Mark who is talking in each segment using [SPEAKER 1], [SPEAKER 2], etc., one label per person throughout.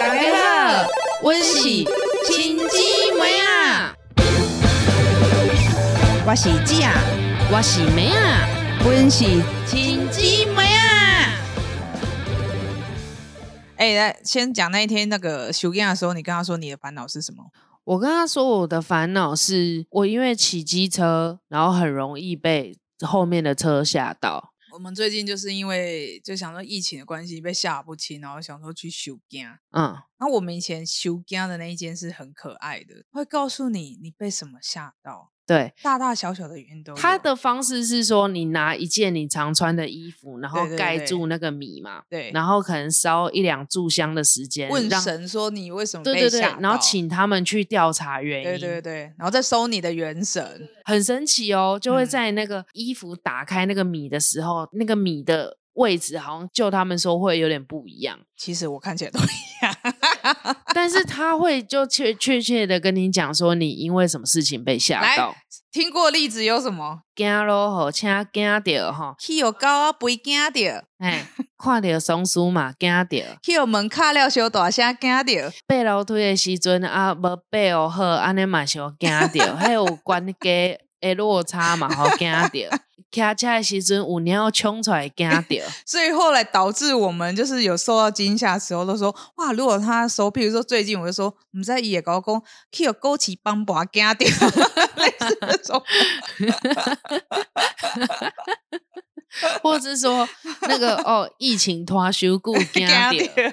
[SPEAKER 1] 大家好，我是亲姊妹啊，
[SPEAKER 2] 我是姐啊，
[SPEAKER 1] 我是妹啊，
[SPEAKER 2] 阮是
[SPEAKER 1] 亲姊妹啊。
[SPEAKER 3] 哎、来先讲那一天那个休假的时候，你跟他说你的烦恼是什么？
[SPEAKER 1] 我跟他说我的烦恼是，我因为骑机车，然后很容易被后面的车吓到。
[SPEAKER 3] 我们最近就是因为就想说疫情的关系被吓不轻，然后想说去休假。
[SPEAKER 1] 嗯，
[SPEAKER 3] 然后我们以前休假的那一间是很可爱的，会告诉你你被什么吓到，
[SPEAKER 1] 对，
[SPEAKER 3] 大大小小的原因都有。
[SPEAKER 1] 他的方式是说，你拿一件你常穿的衣服，然后
[SPEAKER 3] 对对
[SPEAKER 1] 盖
[SPEAKER 3] 对
[SPEAKER 1] 住那个米嘛，
[SPEAKER 3] 对，
[SPEAKER 1] 然后可能烧一两炷香的时间，
[SPEAKER 3] 问
[SPEAKER 1] 让
[SPEAKER 3] 神说你为什么
[SPEAKER 1] 对
[SPEAKER 3] 被
[SPEAKER 1] 对对
[SPEAKER 3] 吓到，
[SPEAKER 1] 然后请他们去调查原因。
[SPEAKER 3] 对对对，然后再收你的元神。
[SPEAKER 1] 很神奇哦，就会
[SPEAKER 3] 嗯
[SPEAKER 1] 在那个衣服打开那个米的时候，那个米的位置好像就他们说会有点不一 样，
[SPEAKER 3] 其实我看起来都一样，
[SPEAKER 1] 但是他会就确确切的跟你讲说你因为什么事情被吓
[SPEAKER 3] 来
[SPEAKER 1] 到。
[SPEAKER 3] 听过例子有什么？
[SPEAKER 1] 惊咯吼，请惊着吼，
[SPEAKER 3] 去有高啊，不惊到；
[SPEAKER 1] 哎，看到松鼠嘛，惊着。
[SPEAKER 3] 去有门卡了小大声惊到。
[SPEAKER 1] 爬楼梯的时阵啊，无爬哦好，安尼嘛是有惊着，还有关家的落差嘛，好惊着。骑车的时阵有鸟冲出来惊着。
[SPEAKER 3] 所以后来导致我们就是有受到惊吓的时候，都说哇，如果他手，譬如说最近我就说我们在野高工，去有枸杞帮把啊惊掉，类似这种，
[SPEAKER 1] 或者是说那个哦，疫情拖休故惊
[SPEAKER 3] 惊
[SPEAKER 1] 点，
[SPEAKER 3] 掉。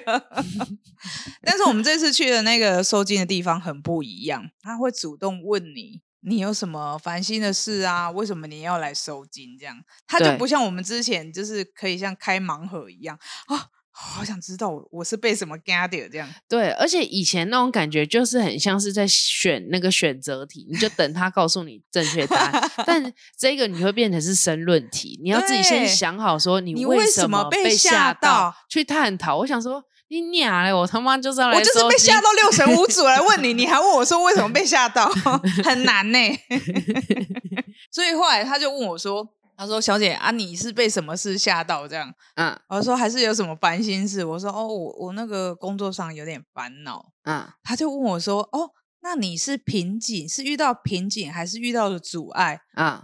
[SPEAKER 3] 但是我们这次去的那个受惊的地方很不一样，他会主动问你。你有什么烦心的事啊？为什么你要来收金？这样，他就
[SPEAKER 1] 对
[SPEAKER 3] 不像我们之前就是可以像开盲盒一样啊，好想知道我我是被什么惊掉这样。
[SPEAKER 1] 对，而且以前那种感觉就是很像是在选那个选择题，你就等他告诉你正确答案， 但这个你会变成是申论题，你要自己先
[SPEAKER 3] 对
[SPEAKER 1] 想好说你
[SPEAKER 3] 你
[SPEAKER 1] 为
[SPEAKER 3] 为
[SPEAKER 1] 什
[SPEAKER 3] 什么
[SPEAKER 1] 么
[SPEAKER 3] 被
[SPEAKER 1] 被
[SPEAKER 3] 吓
[SPEAKER 1] 吓
[SPEAKER 3] 到
[SPEAKER 1] 去探讨。我想说你娘嘞，我他妈就是要来
[SPEAKER 3] 我就是
[SPEAKER 1] 收
[SPEAKER 3] 被
[SPEAKER 1] 集
[SPEAKER 3] 吓到六神无主来问你，你还问我说为什么被吓到， 很难呢、 所以后来他就问我说：“他说小姐啊，你是被什么事吓到？”这样，
[SPEAKER 1] 嗯
[SPEAKER 3] 我说还是有什么烦心事？我说：“哦，我我那个工作上有点烦恼。
[SPEAKER 1] 嗯”
[SPEAKER 3] 他就问我说：“哦，那你是瓶颈，是遇到瓶颈还是遇到了阻碍？”
[SPEAKER 1] 嗯，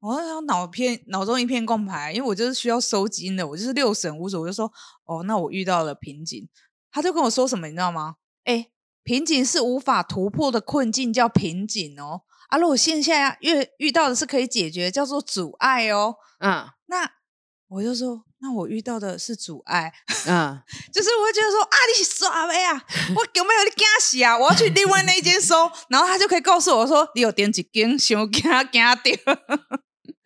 [SPEAKER 3] 我那时候哦脑片脑中一片空白，因为我就是需要收金的，我就是六神无主，我就说哦，那我遇到了瓶颈。他就跟我说什么，你知道吗？哎，瓶颈是无法突破的困境，叫瓶颈哦。啊，如果线下遇遇到的是可以解决，叫做阻碍哦。
[SPEAKER 1] 嗯
[SPEAKER 3] 那我就说，那我遇到的是阻碍，
[SPEAKER 1] 嗯，就是
[SPEAKER 3] 就是我会觉得说啊，你是耍呗啊， 我有没有你惊死啊？我要去另外那一间收， 然后他就可以告诉我说，你有点几根想惊惊掉。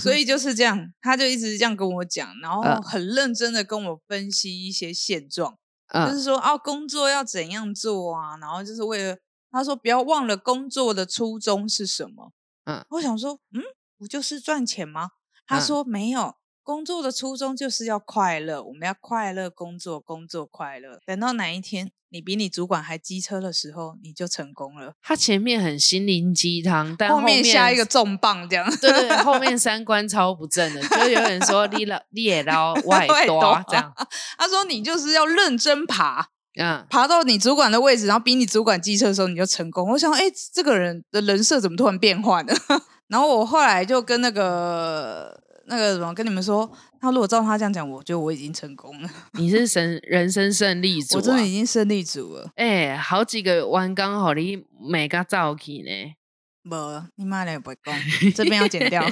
[SPEAKER 3] 所以就是这样，他就一直这样跟我讲，然后
[SPEAKER 1] 嗯
[SPEAKER 3] 很认真的跟我分析一些现状，就
[SPEAKER 1] 嗯
[SPEAKER 3] 是说哦、工作要怎样做啊，然后就是为了他说不要忘了工作的初衷是什么。
[SPEAKER 1] 嗯，
[SPEAKER 3] 我想说，嗯，不就是赚钱吗？他
[SPEAKER 1] 嗯
[SPEAKER 3] 说没有，工作的初衷就是要快乐，我们要快乐工作，工作快乐。等到哪一天你比你主管还机车的时候，你就成功了。
[SPEAKER 1] 他前面很心灵鸡汤，但
[SPEAKER 3] 后
[SPEAKER 1] 后
[SPEAKER 3] 面下一个重磅这样。
[SPEAKER 1] 对对，后面三观超不正的，就有人说 你老你也老，我也
[SPEAKER 3] 我也
[SPEAKER 1] 多
[SPEAKER 3] 大
[SPEAKER 1] 这样，
[SPEAKER 3] 他说你就是要认真爬，
[SPEAKER 1] 嗯，
[SPEAKER 3] 爬到你主管的位置，然后比你主管机车的时候，你就成功。我想，哎、这个人的人设怎么突然变换了？ 然后我后来就跟那个那个什么跟你们说，那如果照他这样讲，我觉得我已经成功了，
[SPEAKER 1] 你是神人生胜利组、
[SPEAKER 3] 我
[SPEAKER 1] 啊，
[SPEAKER 3] 真的已经胜利组了。
[SPEAKER 1] 哎、好几个弯刚好你每个造起呢，
[SPEAKER 3] 没，你妈嘞不会讲，这边要剪掉。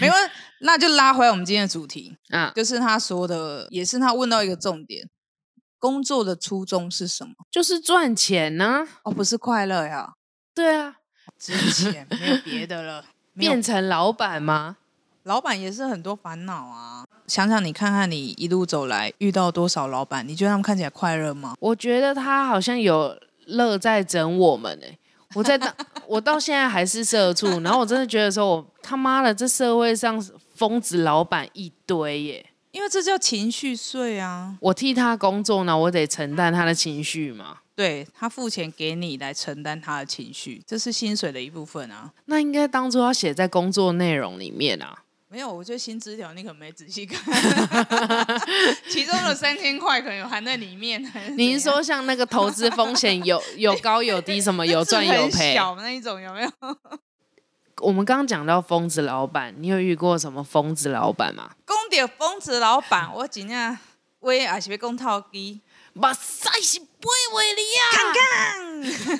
[SPEAKER 3] 没问，那就拉回来我们今天的主题，
[SPEAKER 1] 啊，
[SPEAKER 3] 就是他说的，也是他问到一个重点，工作的初衷是什么？
[SPEAKER 1] 就是赚钱呢、
[SPEAKER 3] 哦，不是快乐呀，
[SPEAKER 1] 对啊，
[SPEAKER 3] 只是钱，没有别的了。没有
[SPEAKER 1] 变成老板吗？
[SPEAKER 3] 老板也是很多烦恼啊。想想你看看你一路走来遇到多少老板，你觉得他们看起来快乐吗？
[SPEAKER 1] 我觉得他好像有乐在整我们哎、我在当我到现在还是社畜，然后我真的觉得说我他妈的这社会上疯子老板一堆耶、
[SPEAKER 3] 因为这叫情绪税啊，
[SPEAKER 1] 我替他工作呢，我得承担他的情绪嘛。
[SPEAKER 3] 对他付钱给你来承担他的情绪，这是薪水的一部分啊。
[SPEAKER 1] 那应该当初要写在工作内容里面啊。
[SPEAKER 3] 没没有，我觉得薪资条你可能没仔 细看，其中的三千块可能有含在里面。还 是
[SPEAKER 1] 你是
[SPEAKER 3] 怎样
[SPEAKER 1] 说像那个投资风险 有有高有低，什么有
[SPEAKER 3] 字
[SPEAKER 1] 赚有
[SPEAKER 3] 很
[SPEAKER 1] 赔？
[SPEAKER 3] 小那一种有没有？
[SPEAKER 1] 我们刚刚讲到疯子老板，你有遇过什么疯子老板吗？
[SPEAKER 3] 讲到疯子老板，我真正话也是要讲透机。
[SPEAKER 1] 哇塞，是不会你呀！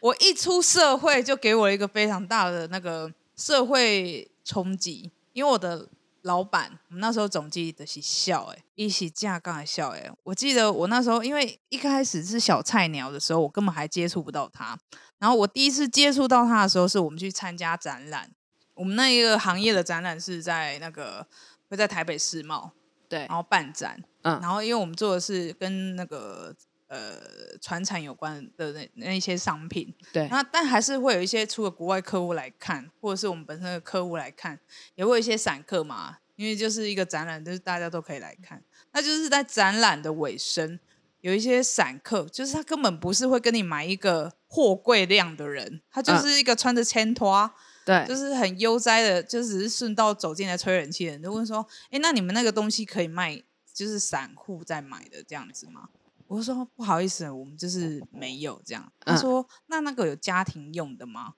[SPEAKER 3] 我一出社会就给我一个非常大的那个社会冲击，因为我的老板，我们那时候总经理的是笑哎、一起架杠的笑哎、我记得我那时候因为一开始是小菜鸟的时候，我根本还接触不到他。然后我第一次接触到他的时候，是我们去参加展览，我们那一个行业的展览是在那个会在台北世贸，
[SPEAKER 1] 对
[SPEAKER 3] 然，后办展，
[SPEAKER 1] 嗯
[SPEAKER 3] 然后因为我们做的是跟那个呃船产有关的那那一些商品，
[SPEAKER 1] 对
[SPEAKER 3] 那但还是会有一些除了国外客户来看，或者是我们本身的客户来看，也会有一些散客嘛，因为就是一个展览，就是大家都可以来看。那就是在展览的尾声，有一些散客，就是他根本不是会跟你买一个货柜量的人，他就
[SPEAKER 1] 嗯
[SPEAKER 3] 是一个穿着千拖。啊就
[SPEAKER 1] 对，
[SPEAKER 3] 是很悠哉的，就只是顺道走进来吹冷气的人，就问说：“哎、那你们那个东西可以卖，就是散户在买的这样子吗？”我就说：“不好意思，我们就是没有这样。”他
[SPEAKER 1] 嗯
[SPEAKER 3] 说：“那那个有家庭用的吗？”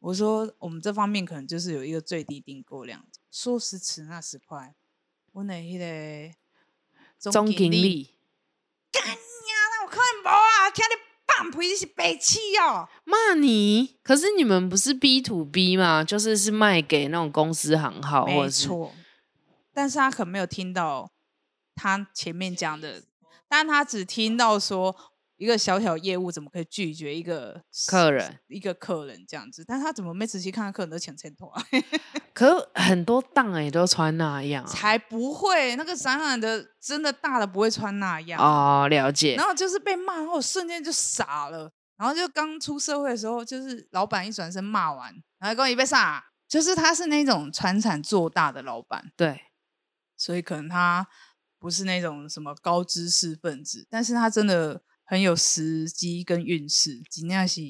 [SPEAKER 3] 我说：“我们这方面可能就是有一个最低订购量，说时迟那时快，我那迄个
[SPEAKER 1] 中
[SPEAKER 3] 经
[SPEAKER 1] 经
[SPEAKER 3] 理，
[SPEAKER 1] 理，
[SPEAKER 3] 那我看无啊，听你放屁你是白痴哦、
[SPEAKER 1] 骂你。可是你们不是 B to B 嘛，就是是卖给那种公司行号，或
[SPEAKER 3] 没
[SPEAKER 1] 者是
[SPEAKER 3] 错，但是他可能没有听到他前面讲的，但他只听到说一个小小业务怎么可以拒绝一个
[SPEAKER 1] 客人。
[SPEAKER 3] 一个客人这样子，但他怎么没仔细看看客人的前前头啊？
[SPEAKER 1] 可很多档也都穿那样啊。
[SPEAKER 3] 才不会，那个展览的真的大的不会穿那样。
[SPEAKER 1] 哦，了解
[SPEAKER 3] 然。后就是被骂，然后我瞬间就傻了。然后就刚出社会的时候，就是老板一转身骂完，然后跟我一被傻，就是他是那种传产做大的老板。
[SPEAKER 1] 对，
[SPEAKER 3] 所以可能他不是那种什么高知识分子，但是他真的很有时机跟运势，吉那是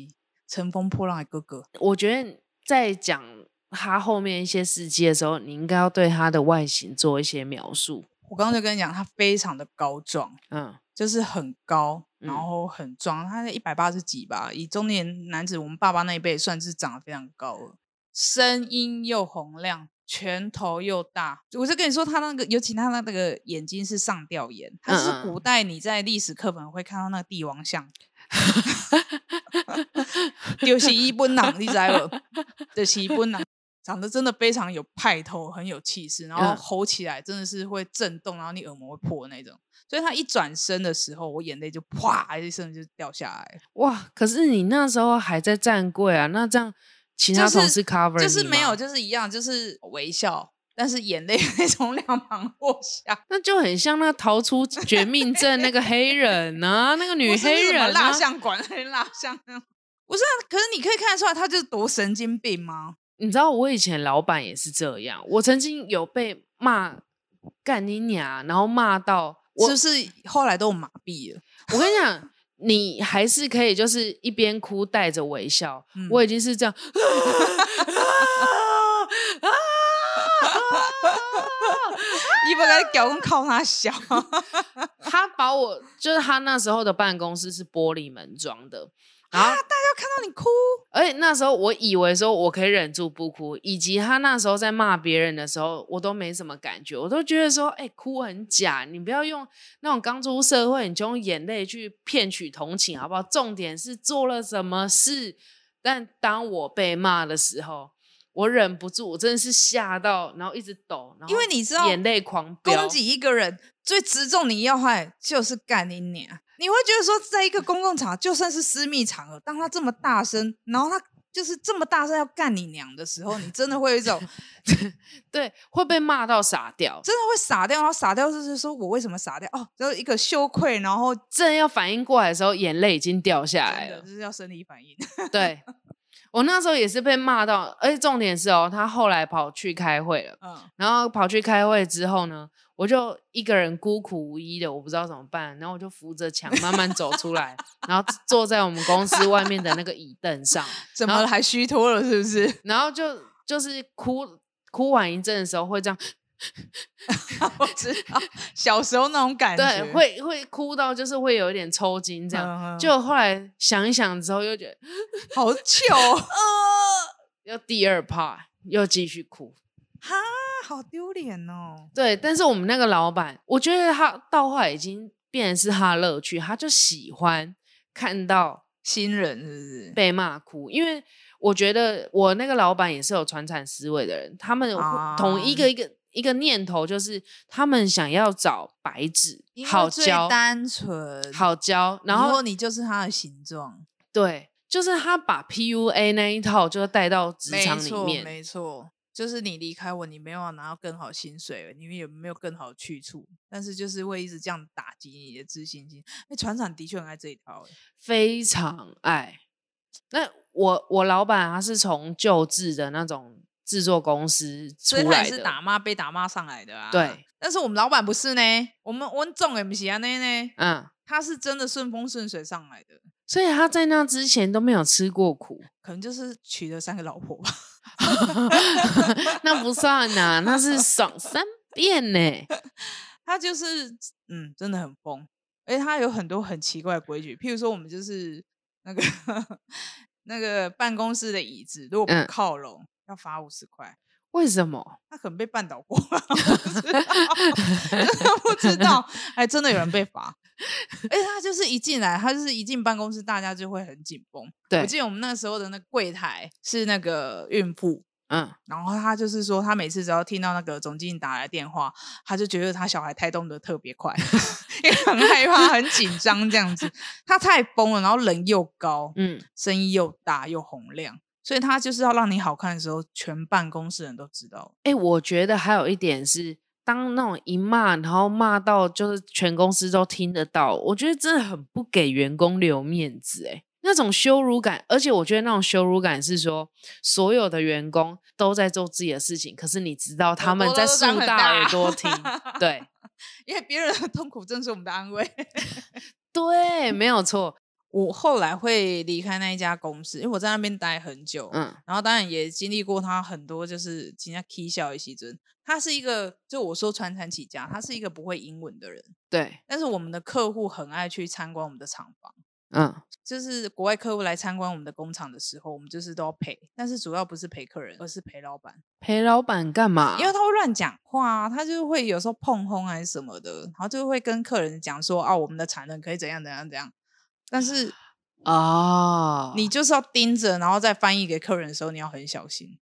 [SPEAKER 3] 乘风破浪的哥哥。
[SPEAKER 1] 我觉得在讲他后面一些事迹的时候，你应该要对他的外形做一些描述。
[SPEAKER 3] 我刚刚就跟你讲，他非常的高壮，
[SPEAKER 1] 嗯，
[SPEAKER 3] 就是很高，然
[SPEAKER 1] 嗯
[SPEAKER 3] 后很壮，他一百八十几吧，以中年男子我们爸爸那一辈算是长得非常高了，声音又洪亮。拳头又大，我就跟你说，他那个，尤其他那个眼睛是上吊眼，
[SPEAKER 1] 嗯
[SPEAKER 3] 他
[SPEAKER 1] 嗯
[SPEAKER 3] 是
[SPEAKER 1] 嗯
[SPEAKER 3] 古代你在历史课本会看到那个帝 王像，就是伊本人，你知无？就是伊本人，长得真的非常有派头，很有气势，然后
[SPEAKER 1] 嗯
[SPEAKER 3] 吼起来真的是会震动，然后你耳膜会破那种。所以他一转身的时候，我眼泪就啪一声就掉下来，
[SPEAKER 1] 哇，可是你那时候还在站柜啊，那这样其他
[SPEAKER 3] 就是
[SPEAKER 1] 同事 cover
[SPEAKER 3] 就是
[SPEAKER 1] 你
[SPEAKER 3] 没
[SPEAKER 1] 吗
[SPEAKER 3] 有，，就是一样，就是微笑，但是眼泪 会从两旁落下。
[SPEAKER 1] 那就很像那逃出绝命镇那个黑人啊，那个女
[SPEAKER 3] 不是
[SPEAKER 1] 黑
[SPEAKER 3] 什么
[SPEAKER 1] 人、啊、
[SPEAKER 3] 蜡像馆，蜡像那种。不是啊，可是你可以看得出来，他就是多神经病吗？
[SPEAKER 1] 你知道我以前老板也是这样，我曾经有被骂干你娘，然后骂到我
[SPEAKER 3] 是不是后来都有麻痹了？
[SPEAKER 1] 我跟你讲，你还是可以，就是一边哭带着微笑。
[SPEAKER 3] 嗯
[SPEAKER 1] 我已经是这样，
[SPEAKER 3] 伊不该搞跟靠他笑，啊
[SPEAKER 1] 他把我就是他那时候的办公室是玻璃门装的，然后
[SPEAKER 3] 看到你哭，
[SPEAKER 1] 而且那时候我以为说我可以忍住不哭，以及他那时候在骂别人的时候，我都没什么感觉，我都觉得说，哎、哭很假，你不要用那种刚出社会，你就用眼泪去骗取同情，好不好？重点是做了什么事。但当我被骂的时候，我忍不住，我真的是吓到，然后一直抖，然后
[SPEAKER 3] 因为你知道
[SPEAKER 1] 眼泪狂飙，
[SPEAKER 3] 攻击一个人最直中你要害就是干你娘。你会觉得说，在一个公共场合，就算是私密场合，当他这么大声，然后他就是这么大声要干你娘的时候，你真的会有 一种
[SPEAKER 1] 对，会被骂到傻掉。
[SPEAKER 3] 真的会傻掉，然后傻掉就是说我为什么傻掉？哦，就是一个羞愧，然后真
[SPEAKER 1] 正要反应过来的时候，眼泪已经掉下来
[SPEAKER 3] 的
[SPEAKER 1] 了
[SPEAKER 3] 就。是要生理反 应。
[SPEAKER 1] 对，我那时候也是被骂到，而且重点是哦，他后来跑去开会了，
[SPEAKER 3] 嗯，
[SPEAKER 1] 然后跑去开会之后呢，我就一个人孤苦无依的，我不知道怎么办，然后我就扶着墙慢慢走出 来，然后坐在我们公司外面的那个椅凳上，
[SPEAKER 3] 怎
[SPEAKER 1] 然
[SPEAKER 3] 么
[SPEAKER 1] 后
[SPEAKER 3] 还虚脱了？是不是？
[SPEAKER 1] 然后就就是哭。哭完一阵的时候会这样，
[SPEAKER 3] 我知道啊小时候那种感觉，
[SPEAKER 1] 对，会会哭到就是会有一点抽筋这样。
[SPEAKER 3] 嗯嗯
[SPEAKER 1] 就后来想一想之后，又觉得
[SPEAKER 3] 好 糗哦
[SPEAKER 1] 又第二 part 又继续哭。
[SPEAKER 3] 哈，好丢脸哦。
[SPEAKER 1] 对，但是我们那个老板，我觉得他到后来已经变成是他的乐趣，他就喜欢看到
[SPEAKER 3] 新人是不是？
[SPEAKER 1] 被骂哭，因为我觉得我那个老板也是有传产思维的人，他们有
[SPEAKER 3] 啊
[SPEAKER 1] 同一个一个、一个念头，就是他们想要找白纸
[SPEAKER 3] 因为
[SPEAKER 1] 好
[SPEAKER 3] 最
[SPEAKER 1] 教，
[SPEAKER 3] 单纯，
[SPEAKER 1] 好教，然
[SPEAKER 3] 以
[SPEAKER 1] 后
[SPEAKER 3] 你就是他的形状，
[SPEAKER 1] 对，就是他把 PUA 那一套就带到职
[SPEAKER 3] 没
[SPEAKER 1] 场里
[SPEAKER 3] 错，
[SPEAKER 1] 面，
[SPEAKER 3] 没错，就是你离开我，你没有拿到更好薪水，你也没有更好的去处，但是就是会一直这样打击你的自信心。哎，船长的确很爱这一套、欸，
[SPEAKER 1] 非常爱。那我我老板他是从旧制的那种制作公司出
[SPEAKER 3] 所以他
[SPEAKER 1] 来
[SPEAKER 3] 也是
[SPEAKER 1] 的，
[SPEAKER 3] 打骂被打骂上来的啊。
[SPEAKER 1] 对，
[SPEAKER 3] 但是我们老板不是呢，我们我们总也不是啊那呢，
[SPEAKER 1] 嗯，
[SPEAKER 3] 他是真的顺风顺水上来的，
[SPEAKER 1] 所以他在那之前都没有吃过苦，
[SPEAKER 3] 可能就是娶了三个老婆吧。
[SPEAKER 1] 那不算呐、那是爽三遍呢、
[SPEAKER 3] 他就是嗯，真的很疯，而且他有很多很奇怪的规矩，譬如说我们就是那个 那个办公室的椅子，如果
[SPEAKER 1] 嗯
[SPEAKER 3] 不靠拢、要罚五十块。
[SPEAKER 1] 为什 么？
[SPEAKER 3] 他可能被绊倒过吧，我不知道不知道， 还真的有人被罚。而且他就是一进来，他就是一进办公室，大家就会很紧绷。我
[SPEAKER 1] 对，
[SPEAKER 3] 记得我们那时候的那个柜台是那个孕妇，
[SPEAKER 1] 嗯，
[SPEAKER 3] 然后他就是说，他每次只要听到那个总经理打来电话，他就觉得他小孩胎动得特别 快，因为很害怕、很紧张这样子。他太疯了，然后人又高，
[SPEAKER 1] 嗯，
[SPEAKER 3] 声音又大又洪亮，所以他就是要让你好看的时候，全办公室人都知道。
[SPEAKER 1] 哎、我觉得还有一点是，当那种一骂，然后骂到就是全公司都听得到，我觉得真的很不给员工留面子、欸，那种羞辱感，而且我觉得那种羞辱感是说，所有的员工都在做自己的事情，可是你知道他
[SPEAKER 3] 耳
[SPEAKER 1] 们
[SPEAKER 3] 朵
[SPEAKER 1] 在
[SPEAKER 3] 都张
[SPEAKER 1] 竖
[SPEAKER 3] 很
[SPEAKER 1] 大
[SPEAKER 3] 大
[SPEAKER 1] 耳朵听，对。
[SPEAKER 3] 因为别人的痛苦正是我们的安慰。
[SPEAKER 1] 对，没有错。
[SPEAKER 3] 我后来会离开那一家公司，因为我在那边待很久，
[SPEAKER 1] 嗯
[SPEAKER 3] 然后当然也经历过他很多，就是人家 K 笑的时阵，他是一个，就我说传产起家，他是一个不会英文的人，
[SPEAKER 1] 对，
[SPEAKER 3] 但是我们的客户很爱去参观我们的厂房，
[SPEAKER 1] 嗯，
[SPEAKER 3] 就是国外客户来参观我们的工厂的时候，我们就是都要陪，但是主要不是陪客人，而是陪老板，
[SPEAKER 1] 陪老板干嘛？
[SPEAKER 3] 因为他会乱讲话啊，他就会有时候碰轰还是什么的，然后就会跟客人讲说啊，我们的产能可以怎样怎样怎样，但是。
[SPEAKER 1] 啊，
[SPEAKER 3] 你就是要盯着，然后再翻译给客人的时候，你要很小心。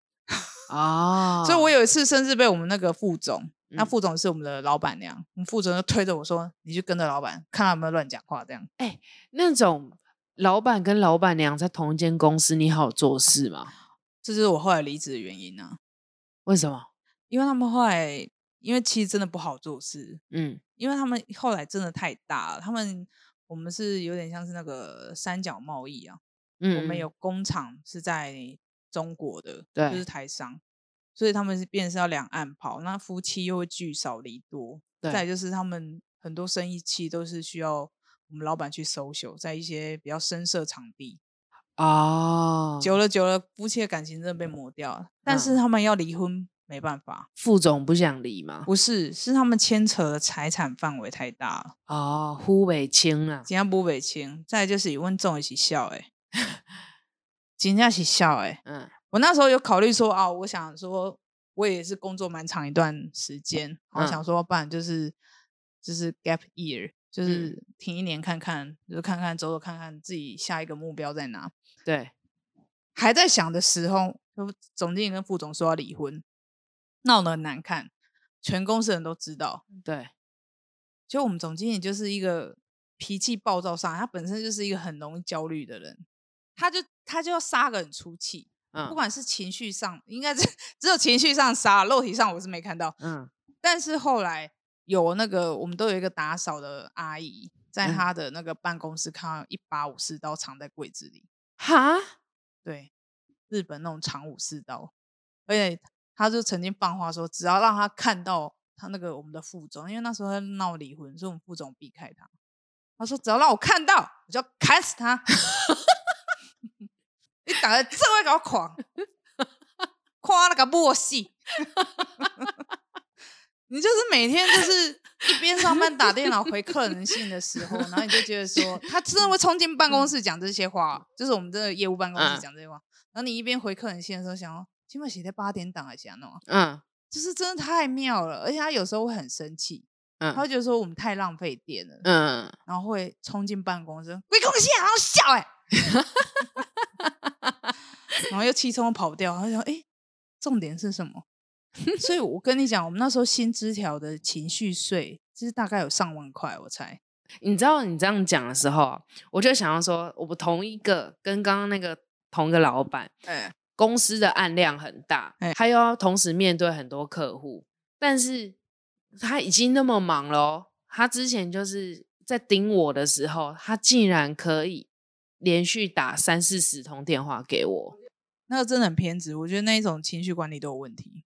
[SPEAKER 1] 啊，
[SPEAKER 3] 所以我有一次甚至被我们那个副总，那
[SPEAKER 1] 嗯
[SPEAKER 3] 副总是我们的老板娘，我们副总就推着我说：“你去跟着老板，看他有没有乱讲话。”这样
[SPEAKER 1] 那种老板跟老板娘在同一间公司，你好做事吗？
[SPEAKER 3] 这就是我后来离职的原因啊。
[SPEAKER 1] 为什么？
[SPEAKER 3] 因为他们后来，因为其实真的不好做事，
[SPEAKER 1] 嗯，
[SPEAKER 3] 因为他们后来真的太大了。他们我们是有点像是那个三角贸易啊，
[SPEAKER 1] 嗯
[SPEAKER 3] 我们
[SPEAKER 1] 嗯
[SPEAKER 3] 有工厂是在中国的，就
[SPEAKER 1] 对
[SPEAKER 3] 是台商，所以他们是变成是要两岸跑，那夫妻又会聚少离多，再来
[SPEAKER 1] 对
[SPEAKER 3] 就是他们很多生意期都是需要我们老板去搜秀，在一些比较深色场地，
[SPEAKER 1] 啊，
[SPEAKER 3] 久了久了，夫妻的感情真的被磨掉了，但是
[SPEAKER 1] 嗯
[SPEAKER 3] 他们要离婚没办法，
[SPEAKER 1] 副总不想离吗？
[SPEAKER 3] 不是，是他们牵扯的财产范围太大了，
[SPEAKER 1] 哦，呼北清啊，
[SPEAKER 3] 今天不北清，再来就是一问众一起笑、欸，哎， 今天起笑、欸，哎。
[SPEAKER 1] 嗯
[SPEAKER 3] 我那时候有考虑说啊，我想说，我也是工作蛮长一段时间，我
[SPEAKER 1] 嗯
[SPEAKER 3] 想说，不然就是就是 gap year，就是
[SPEAKER 1] 嗯
[SPEAKER 3] 停一年看看，就是看看走走看看自己下一个目标在哪。
[SPEAKER 1] 对，
[SPEAKER 3] 还在想的时候，就总经理跟副总说要离婚，闹得很难看，全公司人都知道。
[SPEAKER 1] 对，
[SPEAKER 3] 就我们总经理就是一个脾气暴躁上来，他本身就是一个很容易焦虑的人，他就他就要杀个很出气。
[SPEAKER 1] 嗯，
[SPEAKER 3] 不管是情绪上，应该是 只有情绪上杀，肉体上我是没看到。
[SPEAKER 1] 嗯
[SPEAKER 3] 但是后来有那个，我们都有一个打扫的阿姨，在
[SPEAKER 1] 嗯
[SPEAKER 3] 她的那个办公室看到一把武士刀藏在柜子里，
[SPEAKER 1] 哈，
[SPEAKER 3] 对，日本那种长武士刀，而且她就曾经放话说，只要让她看到她那个我们的副总，因为那时候她闹离婚，所以我们副总避开她。她说只要让我看到，我就要砍死 她。你打的这么搞狂，夸了个默戏。 你就是每天就是一边上班打电脑回客人信的时候，然后你就觉得说，他真的会冲进办公室讲这些话，哦就是我们这个业务办公室
[SPEAKER 1] 嗯
[SPEAKER 3] 讲这些话。然后你一边回客人信的时候，想要今晚写在八点档还是想弄啊，
[SPEAKER 1] 嗯
[SPEAKER 3] 就是真的太妙了。而且他有时候会很生气，
[SPEAKER 1] 嗯
[SPEAKER 3] 他会觉得说我们太浪费电了，
[SPEAKER 1] 嗯，
[SPEAKER 3] 然后会冲进办公室，鬼公线好好笑哎、欸 然后又气冲冲跑掉，然后想哎、诶重点是什么？ 所以我跟你讲，我们那时候薪资条的情绪税，就是大概有上万块，我猜。
[SPEAKER 1] 你知道你这样讲的时候啊，我就想要说，我们同一个跟刚刚那个同一个老板，
[SPEAKER 3] 哎、
[SPEAKER 1] 公司的案量很大
[SPEAKER 3] 哎，
[SPEAKER 1] 他又要同时面对很多客户，但是他已经那么忙了哦，他之前就是在盯我的时候，他竟然可以连续打三四十通电话给我。
[SPEAKER 3] 那个真的很偏执，我觉得那一种情绪管理都有问题。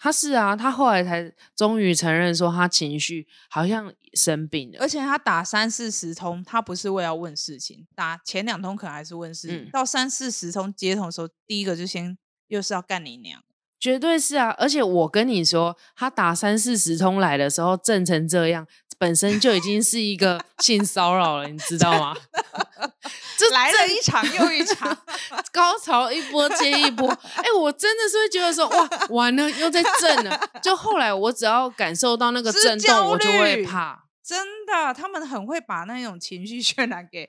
[SPEAKER 1] 他是啊，他后来才终于承认说他情绪好像生病了
[SPEAKER 3] 而。且他打三四十通，他不是为了问事情，打前两通可能还是问事情，
[SPEAKER 1] 嗯
[SPEAKER 3] 到三四十通接通的时候，第一个就先又是要干你娘。
[SPEAKER 1] 绝对是啊！而且我跟你说，他打三四十通来的时候震成这样，本身就已经是一个性骚扰了，你知道吗？这
[SPEAKER 3] 来了
[SPEAKER 1] 这
[SPEAKER 3] 一场又一场，
[SPEAKER 1] 高潮一波接一 波，哎、我真的是会觉得说，哇，完了又在震了。就后来我只要感受到那个
[SPEAKER 3] 是
[SPEAKER 1] 震
[SPEAKER 3] 焦
[SPEAKER 1] 动，我就会
[SPEAKER 3] 虑
[SPEAKER 1] 怕。
[SPEAKER 3] 真的，他们很会把那种情绪渲染给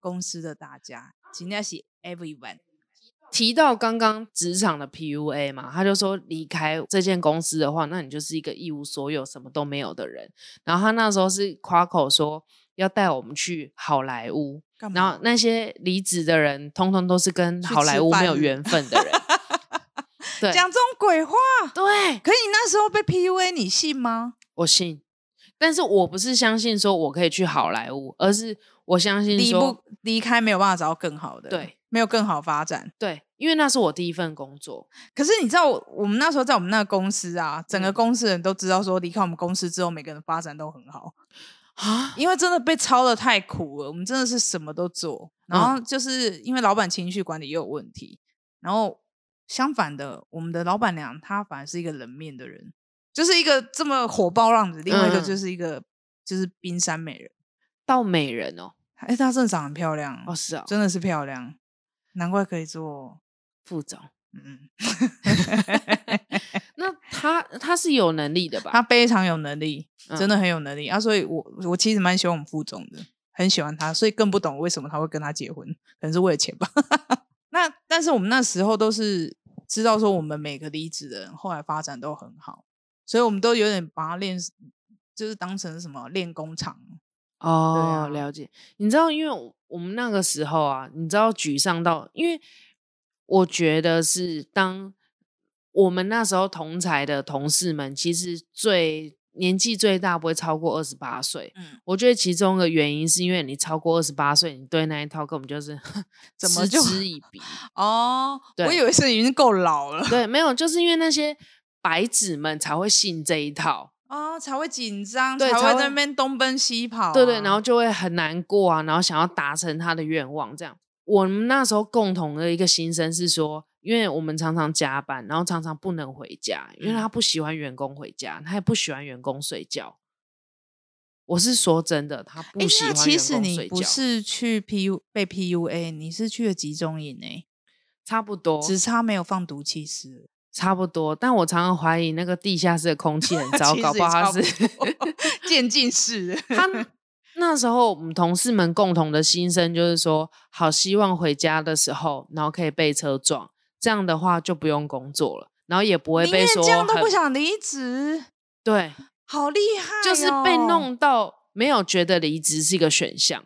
[SPEAKER 3] 公司的大家，今天是 everyone。
[SPEAKER 1] 提到刚刚职场的 PUA 嘛，他就说离开这间公司的话，那你就是一个一无所有、什么都没有的人。然后他那时候是夸口说要带我们去好莱坞，
[SPEAKER 3] 干
[SPEAKER 1] 然后那些离职的人，通通都是跟好莱坞没有缘分的 人。对
[SPEAKER 3] 讲这种鬼话？
[SPEAKER 1] 对，
[SPEAKER 3] 可你那时候被 PUA，你信吗？
[SPEAKER 1] 我信，但是我不是相信说我可以去好莱坞，而是我相信
[SPEAKER 3] 离
[SPEAKER 1] 说
[SPEAKER 3] 不离开没有办法找到更好的，
[SPEAKER 1] 对，
[SPEAKER 3] 没有更好发展。
[SPEAKER 1] 对，因为那是我第一份工作，
[SPEAKER 3] 可是你知道，我们那时候在我们那个公司啊，整个
[SPEAKER 1] 嗯
[SPEAKER 3] 公司人都知道说，离开我们公司之后，每个人发展都很好，
[SPEAKER 1] 啊，
[SPEAKER 3] 因为真的被操的太苦了，我们真的是什么都做，然
[SPEAKER 1] 嗯
[SPEAKER 3] 后就是因为老板情绪管理也有问题，然后相反的，我们的老板娘她反而是一个冷面的人，就是一个这么火爆浪子，另外一个
[SPEAKER 1] 嗯
[SPEAKER 3] 就是一个、就是冰山美人，
[SPEAKER 1] 到美人哦，
[SPEAKER 3] 哎，她真的长得很漂亮，
[SPEAKER 1] 哦是啊，
[SPEAKER 3] 真的是漂亮，难怪可以做，
[SPEAKER 1] 副总，
[SPEAKER 3] 嗯，
[SPEAKER 1] 那他他是有能力的吧？
[SPEAKER 3] 她非常有能力，
[SPEAKER 1] 嗯
[SPEAKER 3] 真的很有能力、啊，所以我我其实蛮喜欢我们副总的，很喜欢他，所以更不懂为什么他会跟他结婚，可能是为了钱吧。 那但是我们那时候都是知道说我们每个离职的人后来发展都很好，所以我们都有点把他练，就是当成什么练功场。
[SPEAKER 1] 哦，
[SPEAKER 3] 啊
[SPEAKER 1] 了解。你知道，因为我我们那个时候啊，你知道沮丧到，因为我觉得是当我们那时候同才的同事们，其实最年纪最大不会超过二十八岁。
[SPEAKER 3] 嗯，
[SPEAKER 1] 我觉得其中一个原因是因为你超过二十八岁，你对那一套根本就是
[SPEAKER 3] 怎么
[SPEAKER 1] 嗤
[SPEAKER 3] 就
[SPEAKER 1] 之以鼻。
[SPEAKER 3] 哦，我
[SPEAKER 1] 对
[SPEAKER 3] 以为是已经够老了
[SPEAKER 1] 对，没有，就是因为那些白纸们才会信这一套。
[SPEAKER 3] 哦，才会紧张，
[SPEAKER 1] 对才
[SPEAKER 3] 才会在
[SPEAKER 1] 会
[SPEAKER 3] 那边东奔西跑、啊
[SPEAKER 1] 对对，然后就会很难过啊，然后想要达成他的愿望，这样。我们那时候共同的一个心声是说，因为我们常常加班，然后常常不能回家，因为
[SPEAKER 3] 嗯
[SPEAKER 1] 他不喜欢员工回家，他也不喜欢员工睡觉。我是说真的，他不
[SPEAKER 3] 诶
[SPEAKER 1] 喜欢员
[SPEAKER 3] 那其实
[SPEAKER 1] 工
[SPEAKER 3] 你
[SPEAKER 1] 睡
[SPEAKER 3] 不
[SPEAKER 1] 觉，
[SPEAKER 3] 是去 PU 被 PUA，你是去了集中营欸诶、
[SPEAKER 1] 差不多，
[SPEAKER 3] 只差没有放毒气室。
[SPEAKER 1] 差不多。但我常常怀疑那个地下室的空气 很糟，
[SPEAKER 3] 其
[SPEAKER 1] 搞
[SPEAKER 3] 实
[SPEAKER 1] 不好他
[SPEAKER 3] 也差
[SPEAKER 1] 是
[SPEAKER 3] 不多渐进式的。
[SPEAKER 1] 他那 那时候我们同事们共同的心声就是说，好希望回家的时候，然后可以被车撞，这样的话就不用工作了，然后也不会
[SPEAKER 3] 宁
[SPEAKER 1] 被
[SPEAKER 3] 愿
[SPEAKER 1] 说
[SPEAKER 3] 这样都不
[SPEAKER 1] 很
[SPEAKER 3] 想离职，
[SPEAKER 1] 对，
[SPEAKER 3] 好厉害、哦！
[SPEAKER 1] 就是被，弄到没有觉得离职是一个选项。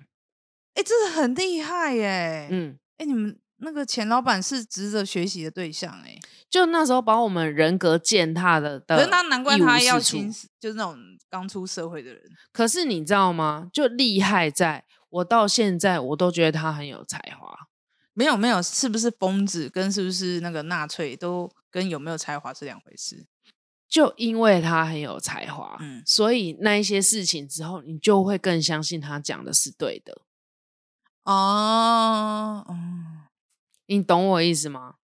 [SPEAKER 3] 哎、真的很厉害耶、哎、
[SPEAKER 1] 嗯，
[SPEAKER 3] 你们那个前老板是值得学习的对象哎、
[SPEAKER 1] 就那时候把我们人格践踏的
[SPEAKER 3] 可
[SPEAKER 1] 的，
[SPEAKER 3] 是那难怪他要新，就是那种刚出社会的人。
[SPEAKER 1] 可是你知道吗？就厉害在我到现在我都觉得他很有才华。
[SPEAKER 3] 没有没有，是不是疯子跟是不是那个纳粹都跟有没有才华是两回事。
[SPEAKER 1] 就因为他很有才华，
[SPEAKER 3] 嗯
[SPEAKER 1] 所以那一些事情之后，你就会更相信他讲的是对的。
[SPEAKER 3] 哦，嗯
[SPEAKER 1] 你懂我意思吗？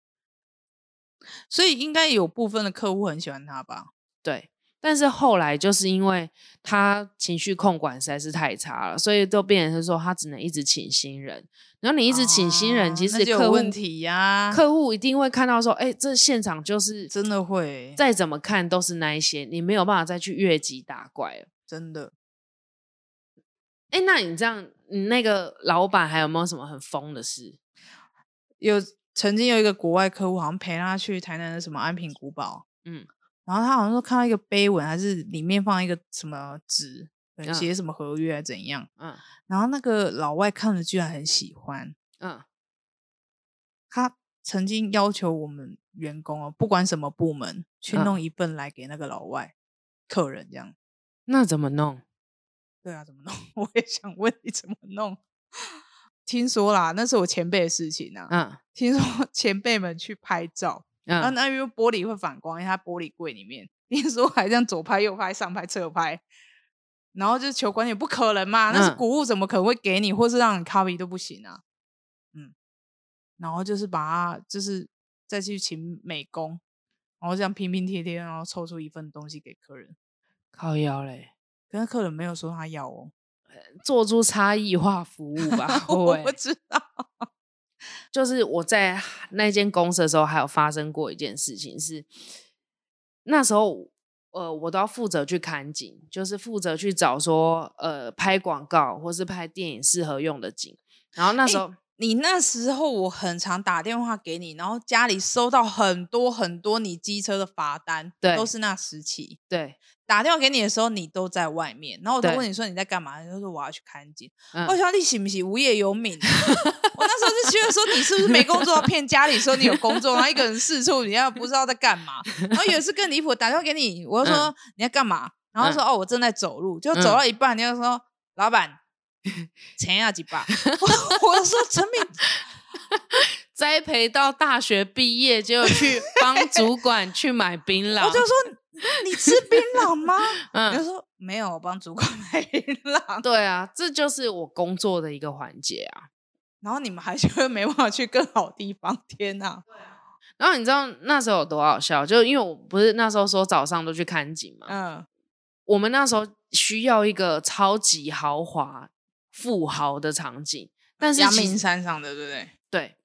[SPEAKER 3] 所以应该有部分的客户很喜欢他吧？
[SPEAKER 1] 对，但是后来就是因为他情绪控管实在是太差了，所以都变成是说他只能一直请新人。然后你一直请新人，
[SPEAKER 3] 啊
[SPEAKER 1] 其
[SPEAKER 3] 那
[SPEAKER 1] 实
[SPEAKER 3] 就有
[SPEAKER 1] 客户
[SPEAKER 3] 问题呀
[SPEAKER 1] 客户一定会看到说，哎、这现场就是
[SPEAKER 3] 真的会，
[SPEAKER 1] 再怎么看都是那一些，你没有办法再去越级打怪了。
[SPEAKER 3] 真的
[SPEAKER 1] 哎、那你这样，你那个老板还有没有什么很疯的事？
[SPEAKER 3] 有曾经有一个国外客户，好像陪他去台南的什么安平古堡，
[SPEAKER 1] 嗯，
[SPEAKER 3] 然后他好像说看到一个碑文，还是里面放一个什么纸，可能
[SPEAKER 1] 嗯
[SPEAKER 3] 写什么合约还是怎样，
[SPEAKER 1] 嗯
[SPEAKER 3] 然后那个老外看了居然很喜欢，
[SPEAKER 1] 嗯，
[SPEAKER 3] 他曾经要求我们员工哦，不管什么部门去
[SPEAKER 1] 嗯
[SPEAKER 3] 弄一份来给那个老外客人这样。
[SPEAKER 1] 那怎么弄？
[SPEAKER 3] 对啊，怎么弄？ 我也想问你怎么弄。 听说啦，那是我前辈的事情啊。
[SPEAKER 1] 嗯
[SPEAKER 3] 听说 前辈们去拍照，然后
[SPEAKER 1] 嗯，
[SPEAKER 3] 那因为玻璃会反光，因为它玻璃柜里面，听说还这样左拍右拍、上拍侧拍，然后就是求关键，不可能嘛，那是
[SPEAKER 1] 嗯
[SPEAKER 3] 古物，怎么可能会给你，或是让你 copy 都不行啊？嗯，然后就是把它，就是再去请美工，然后这样拼拼贴贴，然后凑出一份东西给客人，
[SPEAKER 1] 靠腰嘞，
[SPEAKER 3] 可是客人没有说他要哦，，
[SPEAKER 1] 做出差异化服务吧会不
[SPEAKER 3] 我
[SPEAKER 1] 会
[SPEAKER 3] 不知道，
[SPEAKER 1] 就是我在那间公司的时候，还有发生过一件事情是，那时候呃，我都要负责去看景，就是负责去找说呃拍广告或是拍电影适合用的景。然后那时候、
[SPEAKER 3] 你那时候我很常打电话给你，然后家里收到很多很多你机车的罚单，
[SPEAKER 1] 对
[SPEAKER 3] 都是那时期。
[SPEAKER 1] 对，
[SPEAKER 3] 打电话给你的时候，你都在外面，然后我都
[SPEAKER 1] 对
[SPEAKER 3] 问你说你在干嘛，你就说我要去看景。
[SPEAKER 1] 嗯
[SPEAKER 3] 我，想你是不是无业游民啊、 我那时候是觉得说你是不是没工作，骗家里说你有工作，然后一个人四处，你要不知道在干 嘛。然后有一次更离谱，打电话给你，我就说、
[SPEAKER 1] 嗯
[SPEAKER 3] 你在干嘛，然后说、哦我正在走路，就走到一半，你就说老板。钱要几把？ 我我就说陈敏，
[SPEAKER 1] 栽培到大学毕业，结果去帮主管去买槟榔，
[SPEAKER 3] 我就说你吃槟榔吗？你 就
[SPEAKER 1] 嗯，
[SPEAKER 3] 说没有，我帮主管买槟榔。
[SPEAKER 1] 对啊，这就是我工作的一个环节啊。
[SPEAKER 3] 然后你们还觉得没办法去更好地方，天哪！
[SPEAKER 1] 然后你知道那时候有多好笑，就因为我不是那时候说早上都去看景嘛，
[SPEAKER 3] 嗯，
[SPEAKER 1] 我们那时候需要一个超级豪华富豪的场景，但是
[SPEAKER 3] 阳
[SPEAKER 1] 其
[SPEAKER 3] 明
[SPEAKER 1] 实
[SPEAKER 3] 山上的，对不对？
[SPEAKER 1] 对。